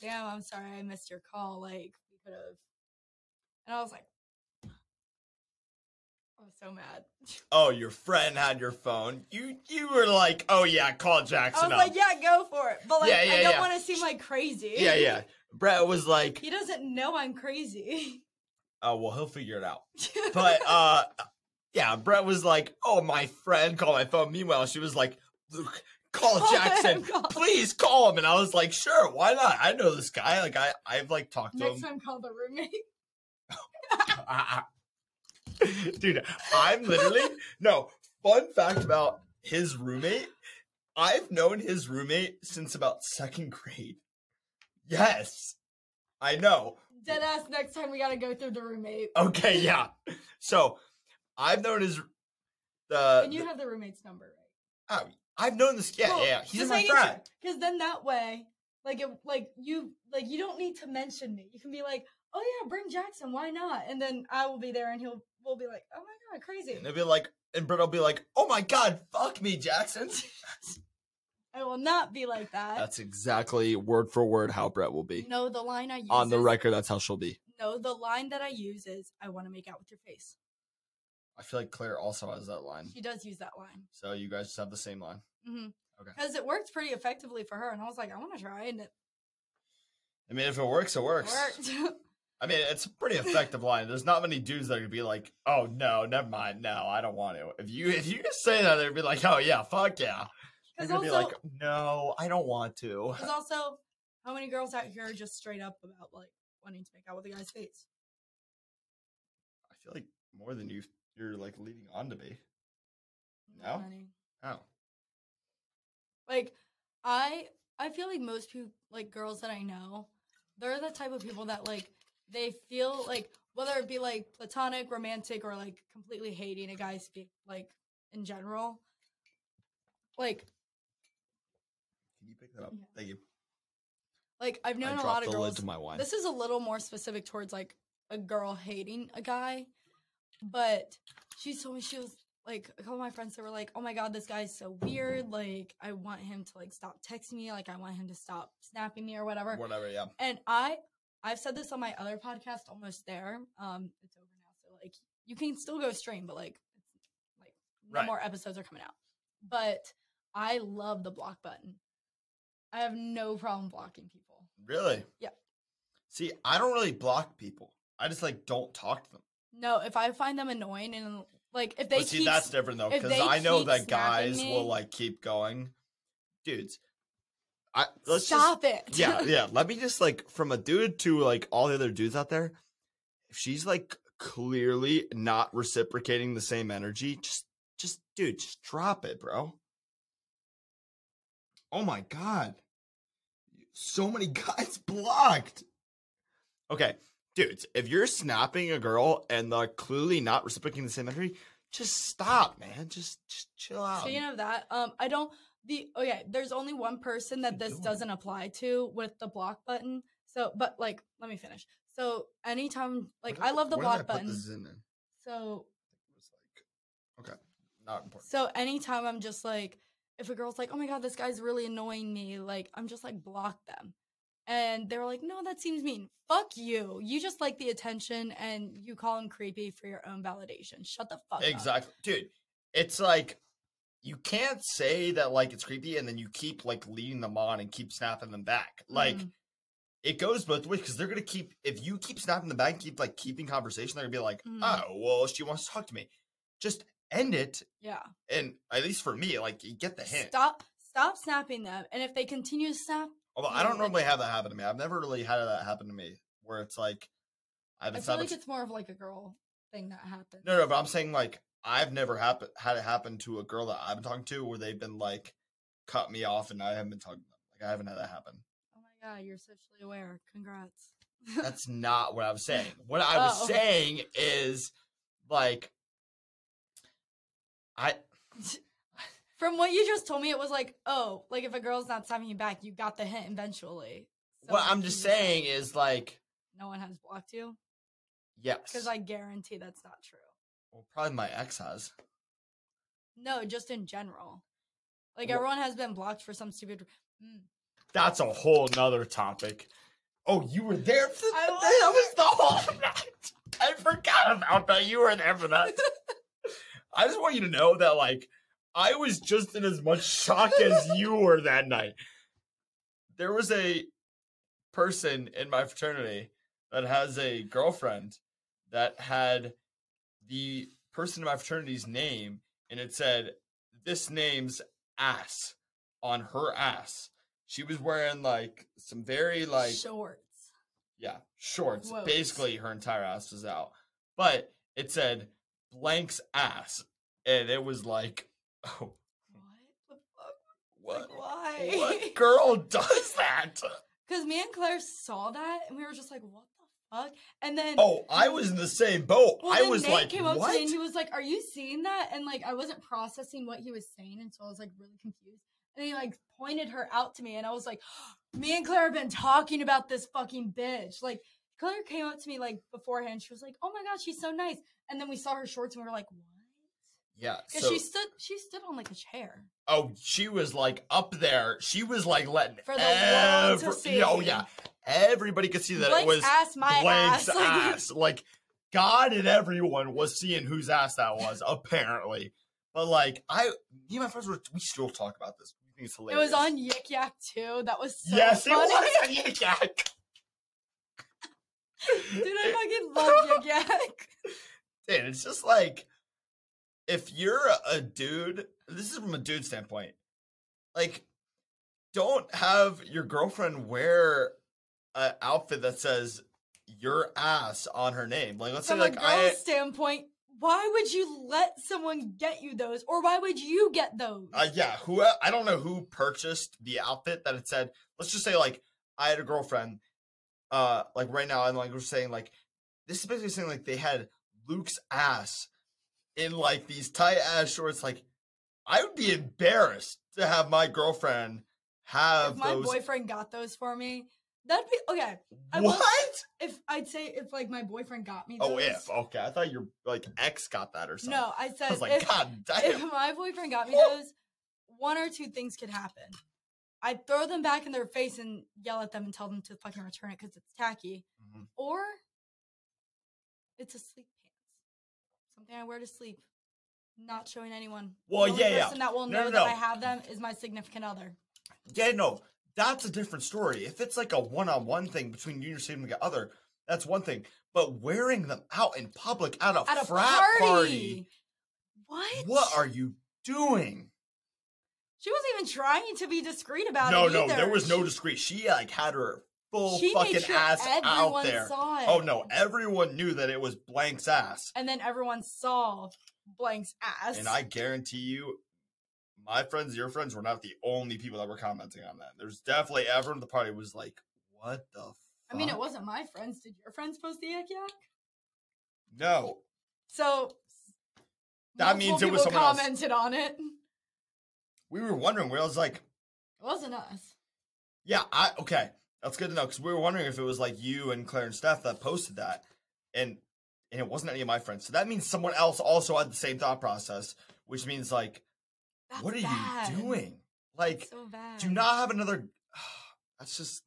S1: damn, I'm sorry, I missed your call. Like, we could have. And I was like, I was so mad.
S2: Oh, your friend had your phone. You you were like, "Oh yeah, call
S1: I
S2: Jackson."
S1: was
S2: up.
S1: Oh, like, yeah, go for it. But like,
S2: Yeah, yeah,
S1: I don't
S2: yeah.
S1: want to seem like crazy.
S2: yeah, yeah. Brett was like,
S1: He doesn't know I'm crazy.
S2: "Oh well, he'll figure it out." but uh yeah brett was like oh my friend called my phone meanwhile she was like luke call
S1: Call
S2: jackson
S1: him, call him."
S2: please call him and i was like sure why not i know this guy like i i've like talked to
S1: next
S2: him
S1: time, call the roommate.
S2: dude i'm literally no fun fact about his roommate i've known his roommate since about second grade yes i know
S1: Dead ass. Next time, we gotta go through the roommate.
S2: okay yeah so i've known his uh, the,
S1: and you have the roommate's number, right?
S2: Oh, I've known this. Yeah, yeah, yeah. He's my friend.
S1: Because then that way, like, it, like you, like you don't need to mention me. You can be like, oh yeah, bring Jackson. Why not? And then I will be there, and he'll will be like, oh my god, crazy.
S2: And they'll be like, and Britt will be like, "Oh my god, fuck me, Jackson."
S1: I will not be like that.
S3: That's exactly word for word how Brett will be.
S1: no, the line I use
S3: On the
S1: is-
S3: record, that's how she'll be.
S1: No, the line that I use is, I want to make out with your face.
S2: I feel like Claire also has that line,
S1: She does use that line.
S2: so you guys just have the same line. Okay.
S1: Because it worked pretty effectively for her, and I was like, I want to try, and it
S2: I mean, if it works, it works.
S1: worked.
S2: I mean, it's a pretty effective line. There's not many dudes that could be like, "Oh no, never mind, no, I don't want to." If you if you just say that, they'd be like, "Oh yeah, fuck yeah." They're
S1: Because
S2: gonna
S1: also,
S2: be like, "No, I don't want to."
S1: 'cause also, how many girls out here are just straight up about like wanting to make out with a guy's face?
S2: I feel like more than you you're like leading on to be. No?
S1: Honey.
S2: Oh,
S1: Like I I feel like most people like girls that I know, they're the type of people that like they feel like whether it be like platonic, romantic, or like completely hating a guy's be- like in general. Like
S2: can you pick that up?
S1: Yeah.
S2: Thank you.
S1: like I've known
S3: I
S1: a
S3: dropped
S1: lot
S3: the
S1: of
S3: lid
S1: girls.
S3: to my wine.
S1: This is a little more specific towards like a girl hating a guy, but she told me she was like a couple of my friends that were like, "Oh my god, this guy's so weird. Like I want him to like stop texting me. Like I want him to stop snapping me or whatever."
S2: Whatever, yeah.
S1: And I, I've said this on my other podcast, almost there. Um, it's over now, so like you can still go stream, but like, it's, like no
S2: Right.
S1: more episodes are coming out. But I love the block button. I have no problem blocking people.
S2: Really?
S1: Yeah.
S2: See, I don't really block people. I just like don't talk to them.
S1: No, if I find them annoying and like if they
S2: but see,
S1: keep
S2: that's different though,
S1: if
S2: because
S1: they
S2: I know
S1: keep
S2: that guys
S1: snapping
S2: will
S1: me-
S2: like keep going. Dudes, I let's
S1: stop
S2: just
S1: it.
S2: yeah yeah. Let me just like from a dude to like all the other dudes out there. If she's like clearly not reciprocating the same energy, just just dude, just drop it, bro. Oh my god, so many guys blocked. Okay, dudes, if you're snapping a girl and they're clearly not reciprocating the same energy, just stop, man. Just just chill out.
S1: Speaking of that, um, I don't the oh yeah, there's only one person that
S2: you
S1: this
S2: doing?
S1: doesn't apply to with the block button. So, but like, let me finish. So, anytime, like,
S2: Where
S1: I
S2: did-
S1: love the
S2: where did I
S1: block
S2: put
S1: button.
S2: This in then?
S1: So,
S2: It was like, okay, not important.
S1: so anytime I'm just like, if a girl's like, oh my god, this guy's really annoying me, like, I'm just like block them. And they were like, no, that seems mean. Fuck you. You just like the attention and you call him creepy for your own validation. Shut the fuck up.
S2: Exactly, dude. It's like you can't say that like it's creepy, and then you keep like leading them on and keep snapping them back. Like
S1: Mhm.
S2: it goes both ways because they're gonna keep if you keep snapping them back, and keep like keeping conversation. They're gonna be like,
S1: Mhm.
S2: oh well, she wants to talk to me. Just end it,
S1: Yeah.
S2: and at least for me, like you get the hint.
S1: Stop stop snapping them. And if they continue to snap,
S2: Although I don't
S1: Yeah.
S2: normally have that happen to me. I've never really had that happen to me. where it's like I've
S1: I
S2: it's
S1: feel
S2: not
S1: like
S2: a-
S1: it's more of like a girl thing that happens.
S2: no no, but I'm saying like I've never happen had it happen to a girl that I've been talking to where they've been like cut me off and I haven't been talking to them. Like I haven't had that happen.
S1: Oh my god, you're socially aware. Congrats.
S2: That's not what I was saying. What I was
S1: Oh.
S2: saying is like I
S1: From what you just told me, it was like, oh, like if a girl's not slapping you back, you got the hint eventually. So,
S2: what
S1: like,
S2: I'm
S1: you
S2: just saying is like
S1: no one has blocked you
S2: yes.
S1: because I guarantee that's not true.
S2: well, probably my ex has.
S1: No, just in general. Like
S2: Wha-
S1: everyone has been blocked for some stupid. Mm.
S2: That's a whole nother topic. Oh, you were there for
S1: I was.
S2: that was the whole night. I forgot about that. You were there for that. I just want you to know that like I was just in as much shock as you were that night. There was a person in my fraternity that has a girlfriend that had the person in my fraternity's name and it said this name's ass on her ass. She was wearing like some very like
S1: shorts.
S2: yeah, shorts.
S1: Quotes.
S2: Basically, her entire ass was out. But it said blank's ass, and it was like, oh,
S1: What the fuck?
S2: what?
S1: Like, why?
S2: What girl does that?
S1: Because me and Claire saw that and we were just like, what the fuck? And then.
S2: Oh, I was in the same boat.
S1: well,
S2: I
S1: then
S2: was
S1: Nate
S2: like,
S1: came up to
S2: what?
S1: me and he was like, "Are you seeing that?" And like, I wasn't processing what he was saying, and so I was like really confused. And he like pointed her out to me, and I was like, "Me and Claire have been talking about this fucking bitch." Like, Claire came up to me like beforehand. She was like, "Oh my god, she's so nice." And then we saw her shorts, and we were like, "What?"
S2: yeah.
S1: Because
S2: So,
S1: she stood, she stood on like a chair.
S2: oh, she was like up there. She was like letting
S1: For the world to
S2: every- Oh
S1: see.
S2: yeah, everybody could see that
S1: Blake's
S2: it was
S1: ass, my
S2: Blake's
S1: ass.
S2: ass.
S1: Like,
S2: Like God and everyone was seeing whose ass that was, apparently. But like I me and my friends were we still talk about this. We think it's
S1: it was
S2: hilarious.
S1: on Yik Yak too. That was so
S2: yes,
S1: funny.
S2: it was on Yik Yak.
S1: Dude, I fucking love Yik Yak.
S2: Dude, it's just like if you're a- a dude, this is from a dude standpoint. Like, don't have your girlfriend wear an outfit that says your ass on her name. Like, let's
S1: From
S2: say like
S1: a girl's
S2: I
S1: standpoint, why would you let someone get you those, or why would you get those?
S2: uh, yeah, who I don't know who purchased the outfit that it said. Let's just say like I had a girlfriend, uh, like right now, and like we're saying like this is basically saying like they had Luke's ass in like these tight ass shorts. Like I would be embarrassed to have my girlfriend have
S1: if my
S2: those.
S1: boyfriend got those for me, that'd be okay. I will-
S2: what?
S1: If I'd say if like my boyfriend got me, those,
S2: Oh, if okay, I thought your like ex got that or something.
S1: no, I said
S2: I was like,
S1: if,
S2: God damn.
S1: if my boyfriend got me
S2: Whoa.
S1: those, one or two things could happen. I'd throw them back in their face and yell at them and tell them to fucking return it because it's tacky.
S2: Mhm.
S1: Or it's a sleep pants. Something I wear to sleep. Not showing anyone.
S2: Well,
S1: the only
S2: yeah, yeah.
S1: person that will
S2: No,
S1: know
S2: no,
S1: that
S2: no.
S1: I have them is my significant other.
S2: Yeah, no, that's a different story. If it's like a one-on-one thing between you and your significant other, that's one thing. But wearing them out in public at a
S1: At a
S2: frat
S1: party.
S2: party,
S1: What?
S2: what are you doing?
S1: She wasn't even trying to be discreet about
S2: no,
S1: it.
S2: no,
S1: either.
S2: there was no discreet. She like had her full
S1: She
S2: fucking
S1: made sure
S2: ass out
S1: everyone
S2: there.
S1: saw it.
S2: Oh no, everyone knew that it was Blank's ass,
S1: And then everyone saw Blank's ass.
S2: and I guarantee you. My friends, your friends were not the only people that were commenting on that. There's definitely everyone at the party was like, "What the?" Fuck?
S1: I mean, it wasn't my friends. Did your friends post the yak yak?
S2: no.
S1: So
S2: That
S1: multiple
S2: means it was
S1: people
S2: someone else.
S1: commented on it. It
S2: We were wondering. Where I was like,
S1: wasn't us.
S2: Yeah, I okay. That's good to know because we were wondering if it was like you and Claire and Steph that posted that, and and it wasn't any of my friends. So that means someone else also had the same thought process, which means like,
S1: That's
S2: what are
S1: bad.
S2: you doing? Like,
S1: So bad.
S2: do not have another. That's just.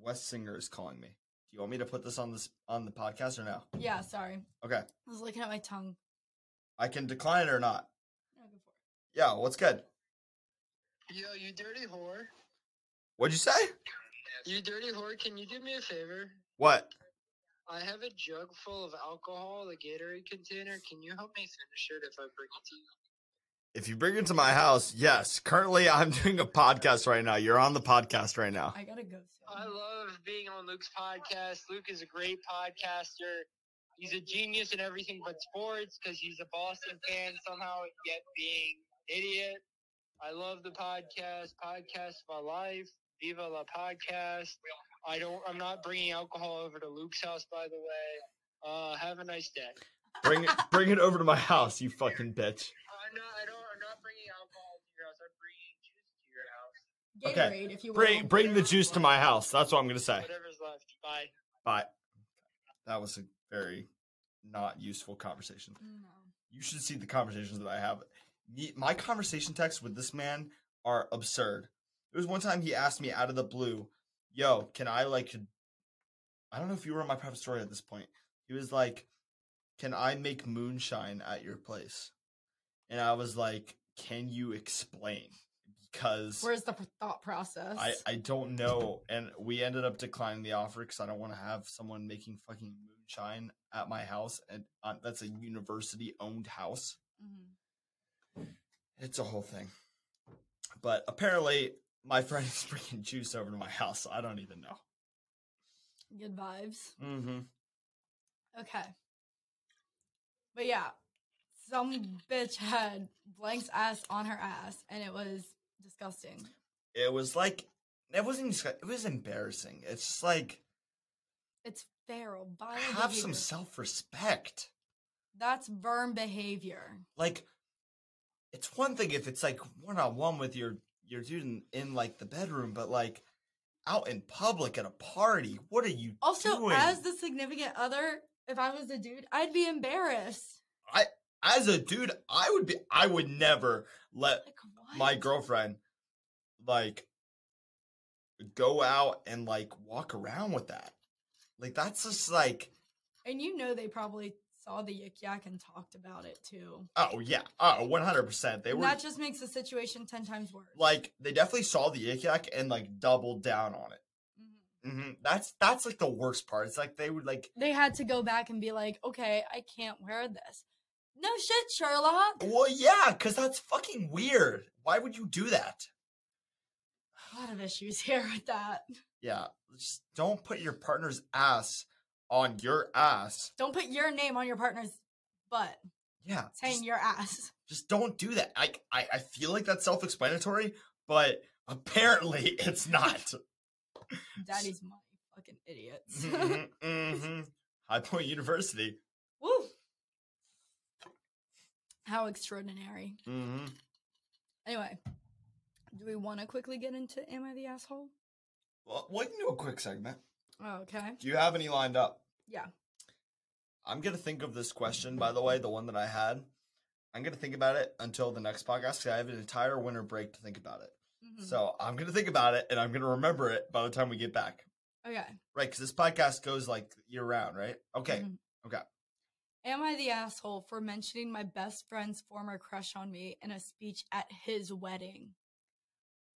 S2: Wes Singer is calling me. Do you want me to put this on this on the podcast or no?
S1: Yeah, sorry.
S2: Okay,
S1: I was looking at my tongue.
S2: I can decline it or not.
S1: No, go for it.
S2: Yeah, what's good?
S4: Yo, you dirty whore.
S2: What'd you say?
S4: You dirty whore, can you do me a favor?
S2: What?
S4: I have a jug full of alcohol, a Gatorade container. Can you help me finish it if I bring it to you?
S3: If you bring it to my house, yes. Currently, I'm doing a podcast right now. You're on the podcast right now.
S1: I gotta go. soon.
S4: I love being on Luke's podcast. Luke is a great podcaster. He's a genius in everything but sports because he's a Boston fan somehow, yet being an idiot. I love the podcast. Podcast of my life. Viva la podcast. I don't. I'm not bringing alcohol over to Luke's house, by the way. Uh, have a nice day.
S3: Bring it, bring it over to my house, you fucking bitch.
S4: I'm not. I don't. I'm not bringing alcohol to your house. I'm bringing juice to your house.
S1: Gatorade,
S3: okay.
S1: if you will.
S3: Bring bring the juice to my house. That's what I'm gonna say.
S4: Whatever's left. Bye.
S2: Bye. That was a very not useful conversation.
S1: Mm, No.
S2: You should see the conversations that I have. Me- My conversation texts with this man are absurd. There was one time he asked me out of the blue, "Yo, can I like?" I don't know if you were on my private story at this point. He was like, "Can I make moonshine at your place?" And I was like, "Can you explain?" Because
S1: Where's the pr- thought process?
S2: I, I don't know. And we ended up declining the offer because I don't want to have someone making fucking moonshine at my house. And uh, that's a university owned house.
S1: Mhm.
S2: It's a whole thing. But apparently, my friend is bringing juice over to my house. So I don't even know.
S1: Good vibes.
S2: Mm-hmm.
S1: Okay. But yeah, some bitch had Blank's ass on her ass, and it was disgusting.
S2: It was like, it wasn't, disgu- it was embarrassing. It's just like,
S1: It's feral. Vile
S2: have some
S1: behavior.
S2: self respect.
S1: That's burn behavior.
S2: like it's one thing if it's like one on one with your your dude in, in like the bedroom, but like out in public at a party, what are you
S1: Also,
S2: doing?
S1: as the significant other, if I was a dude, I'd be embarrassed.
S2: As a dude, I would be I would never
S1: Like,
S2: let
S1: what?
S2: my girlfriend like go out and like walk around with that. Like that's just like
S1: And you know they probably saw the yik yak and talked about it too.
S2: oh yeah, oh 100%. They
S1: And
S2: were
S1: that just makes the situation 10 times worse.
S2: like they definitely saw the yik yak and like doubled down on it.
S1: Mhm.
S2: hmm That's that's like the worst part. It's like they would like
S1: they had to go back and be like, okay, I can't wear this. No shit, Sherlock.
S2: Well, yeah, because that's fucking weird. Why would you do that?
S1: A lot of issues here with that.
S2: Yeah, just don't put your partner's ass on your ass.
S1: Don't put your name on your partner's butt
S2: Yeah,
S1: saying
S2: just,
S1: your ass.
S2: just don't do that. I, I I feel like that's self-explanatory, but apparently it's not.
S1: Daddy's my fucking idiots.
S2: Mhm, mhm. High Point University.
S1: Woo. How extraordinary.
S2: Mm-hmm.
S1: Anyway, do we want to quickly get into Am I the Asshole?
S2: Well, we can do a quick segment.
S1: Oh, okay.
S2: Do you have any lined up?
S1: Yeah.
S2: I'm gonna think of this question, by the way, the one that I had. I'm gonna think about it until the next podcast. 'cause I have an entire winter break to think about it.
S1: Mhm.
S2: So I'm gonna think about it and I'm gonna remember it by the time we get back.
S1: okay.
S2: Right, because this podcast goes like year round, right? Okay.
S1: Mhm.
S2: okay.
S1: Am I the asshole for mentioning my best friend's former crush on me in a speech at his wedding?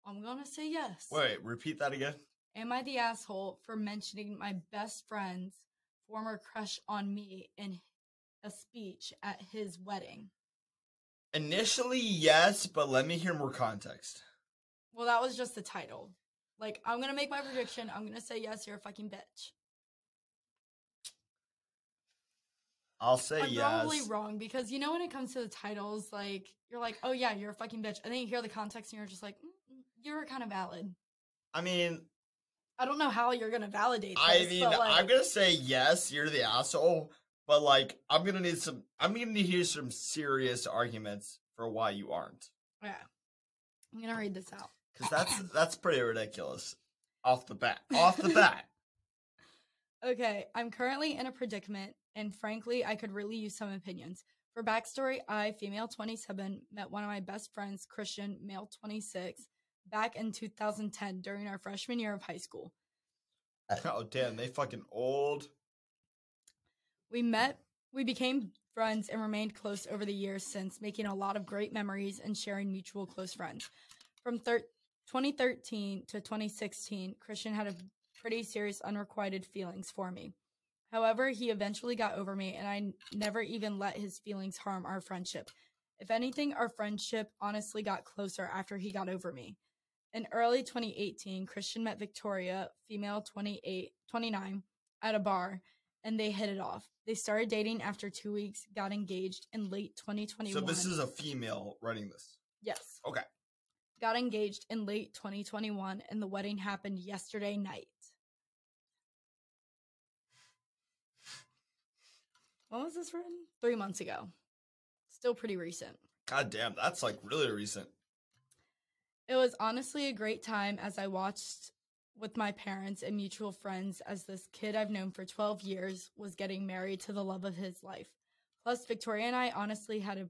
S1: I'm going to say yes.
S2: Wait, repeat that again.
S1: Am I the asshole for mentioning my best friend's former crush on me in a speech at his wedding?
S2: Initially, yes, but let me hear more context.
S1: Well, that was just the title. Like, I'm going to make my prediction. I'm going to say yes, you're a fucking bitch.
S2: I'll say
S1: I'm probably
S2: yes.
S1: wrong because you know when it comes to the titles, like you're like, oh yeah, you're a fucking bitch, and then you hear the context and you're just like, mm, mm, you're kind of valid.
S2: I mean,
S1: I don't know how you're gonna validate. This,
S2: I mean,
S1: but, like,
S2: I'm gonna say yes. You're the asshole, but like, I'm gonna need some. I'm gonna need to hear some serious arguments for why you aren't,
S1: yeah. I'm gonna read this out.
S2: because that's that's pretty ridiculous. Off the bat, off the
S1: Uh,
S2: bat.
S1: Okay, I'm currently in a predicament, and frankly, I could really use some opinions. For backstory, I, female 27, met one of my best friends, Christian, male 26, back in 2010 during our freshman year of high school.
S2: Oh damn, they fucking old.
S1: We met, we became friends, and remained close over the years since, making a lot of great memories and sharing mutual close friends. From thir- 2013 to 2016, Christian had a pretty serious unrequited feelings for me. However, he eventually got over me, and I n- never even let his feelings harm our friendship. If anything, our friendship honestly got closer after he got over me. In early 2018, Christian met Victoria, female 28, 29, at a bar, and they hit it off. They started dating after two weeks, got engaged in late 2021.
S2: So this is a female writing this.
S1: Yes.
S2: Okay.
S1: Got engaged in late 2021, and the wedding happened yesterday night. When was this written? Three months ago. Still pretty recent.
S2: God damn, that's like really recent.
S1: It was honestly a great time as I watched with my parents and mutual friends as this kid I've known for 12 years was getting married to the love of his life. Plus, Victoria and I honestly had a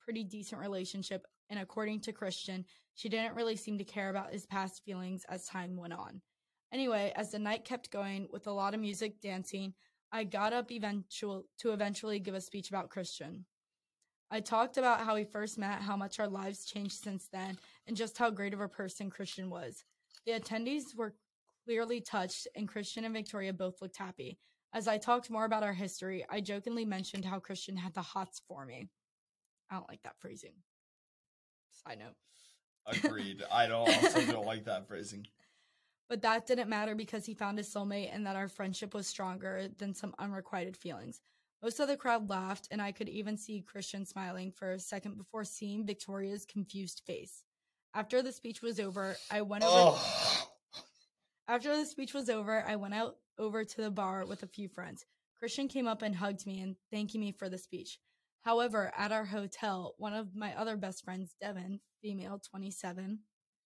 S1: pretty decent relationship, and according to Christian, she didn't really seem to care about his past feelings as time went on. Anyway, as the night kept going with a lot of music, dancing, I got up eventual to eventually give a speech about Christian. I talked about how we first met, how much our lives changed since then, and just how great of a person Christian was. The attendees were clearly touched, and Christian and Victoria both looked happy. As I talked more about our history, I jokingly mentioned how Christian had the hots for me. I don't like that phrasing. Side note.
S2: Agreed. I don't also don't like that phrasing.
S1: But that didn't matter because he found his soulmate and that our friendship was stronger than some unrequited feelings. Most of the crowd laughed, and I could even see Christian smiling for a second before seeing Victoria's confused face. After the speech was over, I went over.
S2: Oh,
S1: After the speech was over, I went out over to the bar with a few friends. Christian came up and hugged me and thanking me for the speech. However, at our hotel, one of my other best friends, Devin, female 27.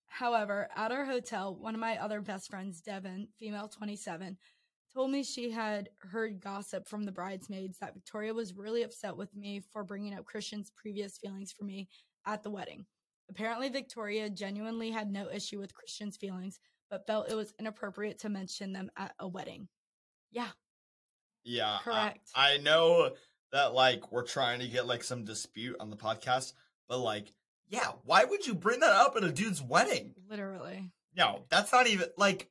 S1: However, at our hotel, one of my other best friends, Devin, female 27, told me she had heard gossip from the bridesmaids that Victoria was really upset with me for bringing up Christian's previous feelings for me at the wedding. Apparently, Victoria genuinely had no issue with Christian's feelings, but felt it was inappropriate to mention them at a wedding. Yeah,
S2: yeah. I-
S1: correct.
S2: I know that like we're trying to get like some dispute on the podcast, but like, yeah, why would you bring that up at a dude's wedding?
S1: Literally.
S2: No, that's not even like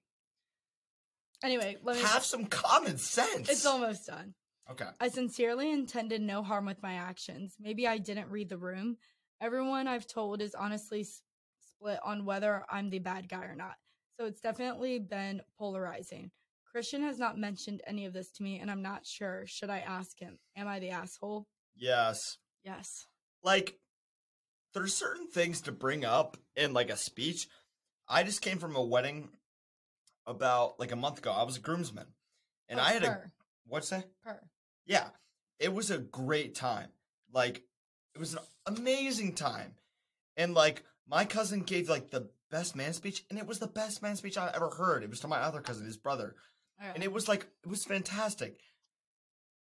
S1: Anyway, let me.
S2: have some common sense.
S1: It's almost done.
S2: okay.
S1: I sincerely intended no harm with my actions. Maybe I didn't read the room. Everyone I've told is honestly s- split on whether I'm the bad guy or not. So it's definitely been polarizing. Christian has not mentioned any of this to me, and I'm not sure. Should I ask him? Am I the asshole?
S2: Yes.
S1: Yes.
S2: like there's certain things to bring up in like a speech. I just came from a wedding about like a month ago. I was a groomsman. And
S1: Oh,
S2: I had a
S1: per,
S2: what's that?
S1: per.
S2: Yeah. It was a great time. Like it was an amazing time. And like my cousin gave like the best man speech and it was the best man speech I've ever heard. It was to my other cousin, his brother.
S1: Alright.
S2: And it was like it was fantastic.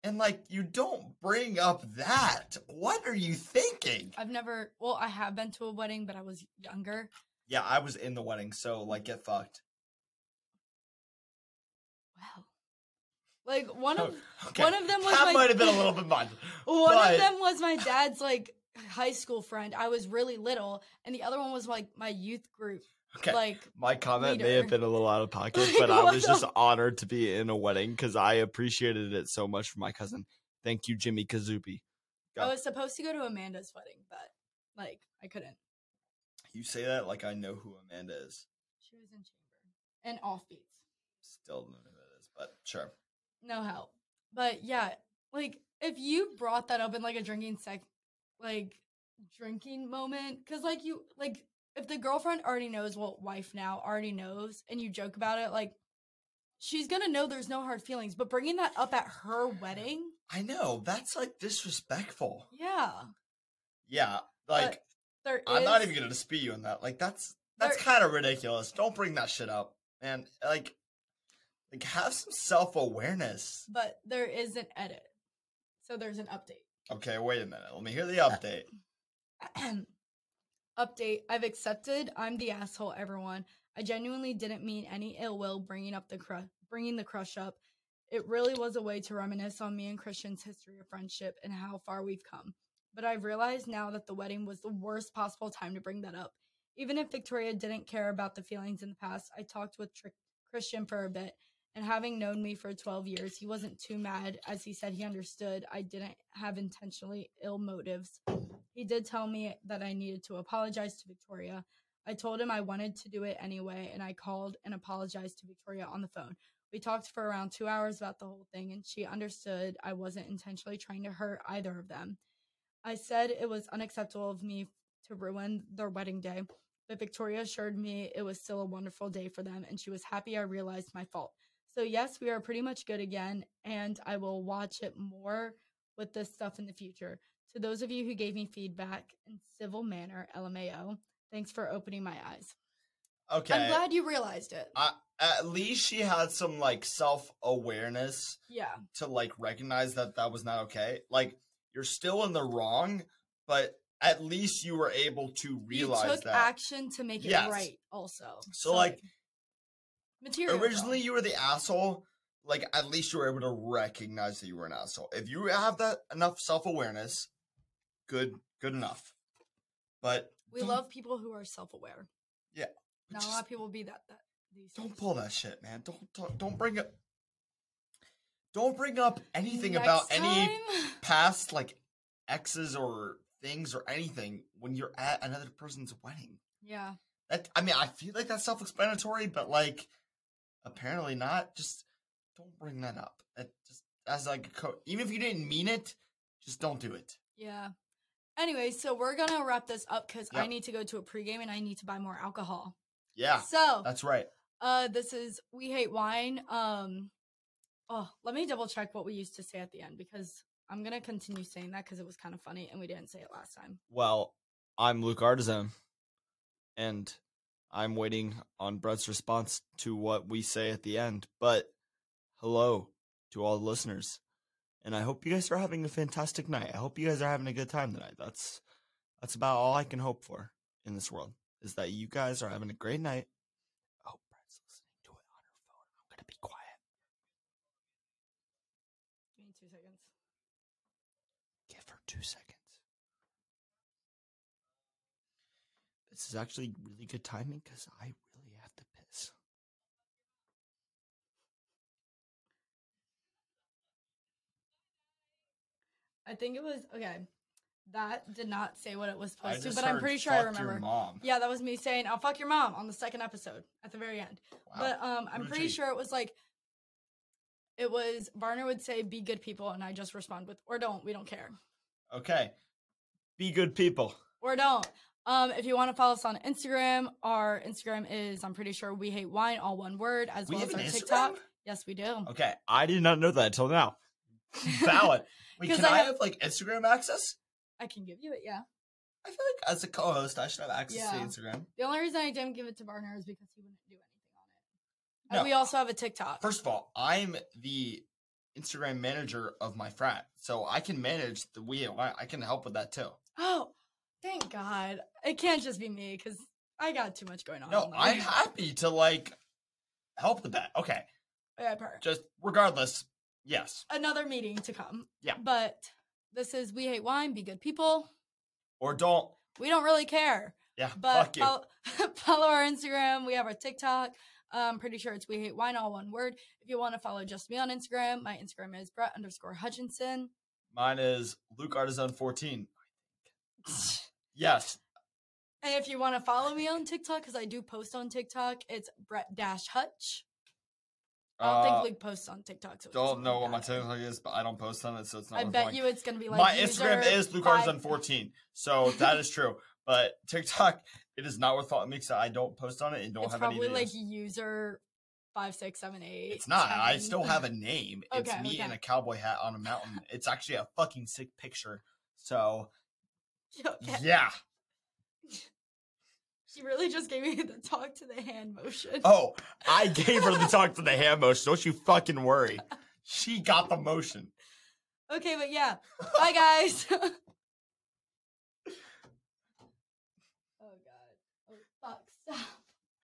S2: And like you don't bring up that. What are you thinking?
S1: I've never. Well, I have been to a wedding, but I was younger.
S2: Yeah, I was in the wedding, so like get fucked.
S1: Wow. Like one of
S2: Okay.
S1: one of them was
S2: that
S1: my,
S2: might have been a little bit much.
S1: One
S2: But-
S1: of them was my dad's like high school friend. I was really little, and the other one was like my youth group.
S2: Okay.
S1: Like
S3: My comment may
S1: Leader.
S3: have been a little out of pocket,
S1: Like,
S3: but I
S1: what
S3: was
S1: the-
S3: just honored to be in a wedding because I appreciated it so much for my cousin. Thank you, Jimmy Kazupi.
S1: I
S2: Yeah.
S1: was supposed to go to Amanda's wedding, but like I couldn't.
S2: you say that like I know who Amanda is.
S1: She was in chamber and off beats.
S2: Still don't know who that is, but sure.
S1: No help. But yeah, like if you brought that up in like a drinking sec, like drinking moment, because like you like if the girlfriend already knows, well, wife now already knows, and you joke about it, like she's gonna know there's no hard feelings. But bringing that up at her wedding,
S2: I know that's like disrespectful.
S1: yeah,
S2: Yeah, like
S1: there
S2: I'm not
S1: is-
S2: even gonna dispute you on that. Like that's that's
S1: There-
S2: kind of ridiculous. Don't bring that shit up, man. Like, like have some self awareness.
S1: but there is an edit, so there's an update.
S2: Okay, wait a minute. Let me hear the update.
S1: Update I've accepted. I'm the asshole, everyone. I genuinely didn't mean any ill will bringing up the cru- bringing the crush up. It really was a way to reminisce on me and Christian's history of friendship and how far we've come. But I've realized now that the wedding was the worst possible time to bring that up. Even if Victoria didn't care about the feelings in the past, I talked with Tr- Christian for a bit, and having known me for 12 years, he wasn't too mad as he said he understood I didn't have intentionally ill motives. He did tell me that I needed to apologize to Victoria. I told him I wanted to do it anyway, and I called and apologized to Victoria on the phone. We talked for around two hours about the whole thing, and she understood I wasn't intentionally trying to hurt either of them. I said it was unacceptable of me to ruin their wedding day, but Victoria assured me it was still a wonderful day for them, and she was happy I realized my fault. So, yes, we are pretty much good again, and I will watch it more with this stuff in the future. To those of you who gave me feedback in civil manner, LMAO, thanks for opening my eyes.
S2: Okay.
S1: I'm glad you realized it.
S2: At least she had some like self awareness
S1: Yeah.
S2: to like recognize that that was not okay. Like you're still in the wrong, but at least you were able to realize
S1: you took
S2: that.
S1: action to make it
S2: Yes.
S1: right also
S2: So, like,
S1: material
S2: Originally, you were the asshole. Like at least you were able to recognize that you were an asshole. If you have that enough self awareness, good, good enough. But
S1: we
S2: don't-
S1: love people who are self-aware
S2: Yeah,
S1: not a
S2: just-
S1: lot of people will be that, that these
S2: don't
S1: days.
S2: pull that shit, man. Don't don't, don't bring up. Don't bring up anything
S1: Next
S2: about any
S1: time-
S2: past like exes or things or anything when you're at another person's wedding.
S1: yeah
S2: That I mean, I feel like that's self-explanatory, but like apparently not. Just don't bring that up. That just as like a co- even if you didn't mean it, just don't do it.
S1: yeah anyway so we're gonna wrap this up because i
S2: Yep.
S1: need to go to a pregame and i need to buy more alcohol
S2: Yeah,
S1: so
S2: that's right.
S1: uh this is we hate wine um oh let me double check what we used to say at the end because i'm gonna continue saying that because it was kind of funny and we didn't say it last time
S2: Well, I'm Luke Artisan, and I'm waiting on Brett's response to what we say at the end. But hello to all the listeners, and I hope you guys are having a fantastic night. I hope you guys are having a good time tonight. That's that's about all I can hope for in this world is that you guys are having a great night. I hope Brett's listening to it on her phone. I'm gonna be quiet.
S1: give me two seconds
S2: Give her two seconds. This is actually really good timing because I really have to piss.
S1: I think it was okay. That did not say what it was
S2: I
S1: supposed to,
S2: just
S1: but I'm
S2: heard,
S1: pretty sure I
S2: "Fuck Your
S1: remember.
S2: mom.
S1: Yeah, that was me saying, "I'll fuck your mom" on the second episode at the very end.
S2: Wow.
S1: But um, I'm
S2: did
S1: pretty
S2: you-
S1: sure it was like, it was Varner would say, "Be good people," and I just respond with, "Or don't. We don't care.
S2: okay. Be good people.
S1: Or don't." Um, if you want to follow us on Instagram, our Instagram is I'm pretty sure we hate wine, all one word, as
S2: We
S1: well
S2: have
S1: as our
S2: an
S1: TikTok.
S2: Instagram?
S1: Yes, we do.
S2: Okay. I did not know that until now. Valid. Wait,
S1: 'Cause
S2: can
S1: I
S2: I,
S1: have-
S2: have like Instagram access?
S1: I can give you it. Yeah.
S2: I feel like as a co host, I should have access
S1: Yeah.
S2: to Instagram.
S1: The only reason I didn't give it to Varner is because he wouldn't do anything on it.
S2: No.
S1: And we also have a TikTok.
S2: First of all, I'm the Instagram manager of my frat, so I can manage the wheel. I I can help with that too.
S1: Oh, thank God. It can't just be me because I got too much going on.
S2: No,
S1: online.
S2: I'm happy to like help with that. Okay.
S1: Yeah, per-
S2: Just regardless, yes.
S1: Another meeting to come.
S2: Yeah.
S1: But this is We Hate Wine, Be Good People.
S2: Or don't.
S1: We don't really care.
S2: Yeah.
S1: But
S2: fuck you.
S1: fol- follow, our Instagram. We have our TikTok. Um, pretty sure it's We Hate Wine, all one word. If you want to follow just me on Instagram, my Instagram is Brett underscore Hutchinson.
S2: Mine is Luke Artisan 14. Yes.
S1: And if you want to follow me on TikTok, because I do post on TikTok, it's Brett dash Hutch. I don't
S2: Uh,
S1: think Luke posts on TikTok. So it
S2: don't
S1: doesn't
S2: know
S1: really
S2: what my
S1: matter.
S2: TikTok is, but I don't post on it, so it's not.
S1: I
S2: worth
S1: bet
S2: knowing.
S1: you it's gonna be like
S2: my Instagram
S1: user
S2: is Luke
S1: five-
S2: Artisan 14, so that is true. But TikTok, it is not worth following me because I don't post on it and don't
S1: It's
S2: have any
S1: probably
S2: videos.
S1: like user five, six, seven, eight.
S2: it's not. I
S1: 10.
S2: still have a name. It's
S1: Okay,
S2: me
S1: okay.
S2: in a cowboy hat on a mountain. It's actually a fucking sick picture. So
S1: Okay.
S2: yeah.
S1: She really just gave me the talk to the hand motion.
S2: Oh, I gave her the talk to the hand motion. Don't you fucking worry. She got the motion.
S1: Okay, but yeah. Bye guys. Oh, Oh,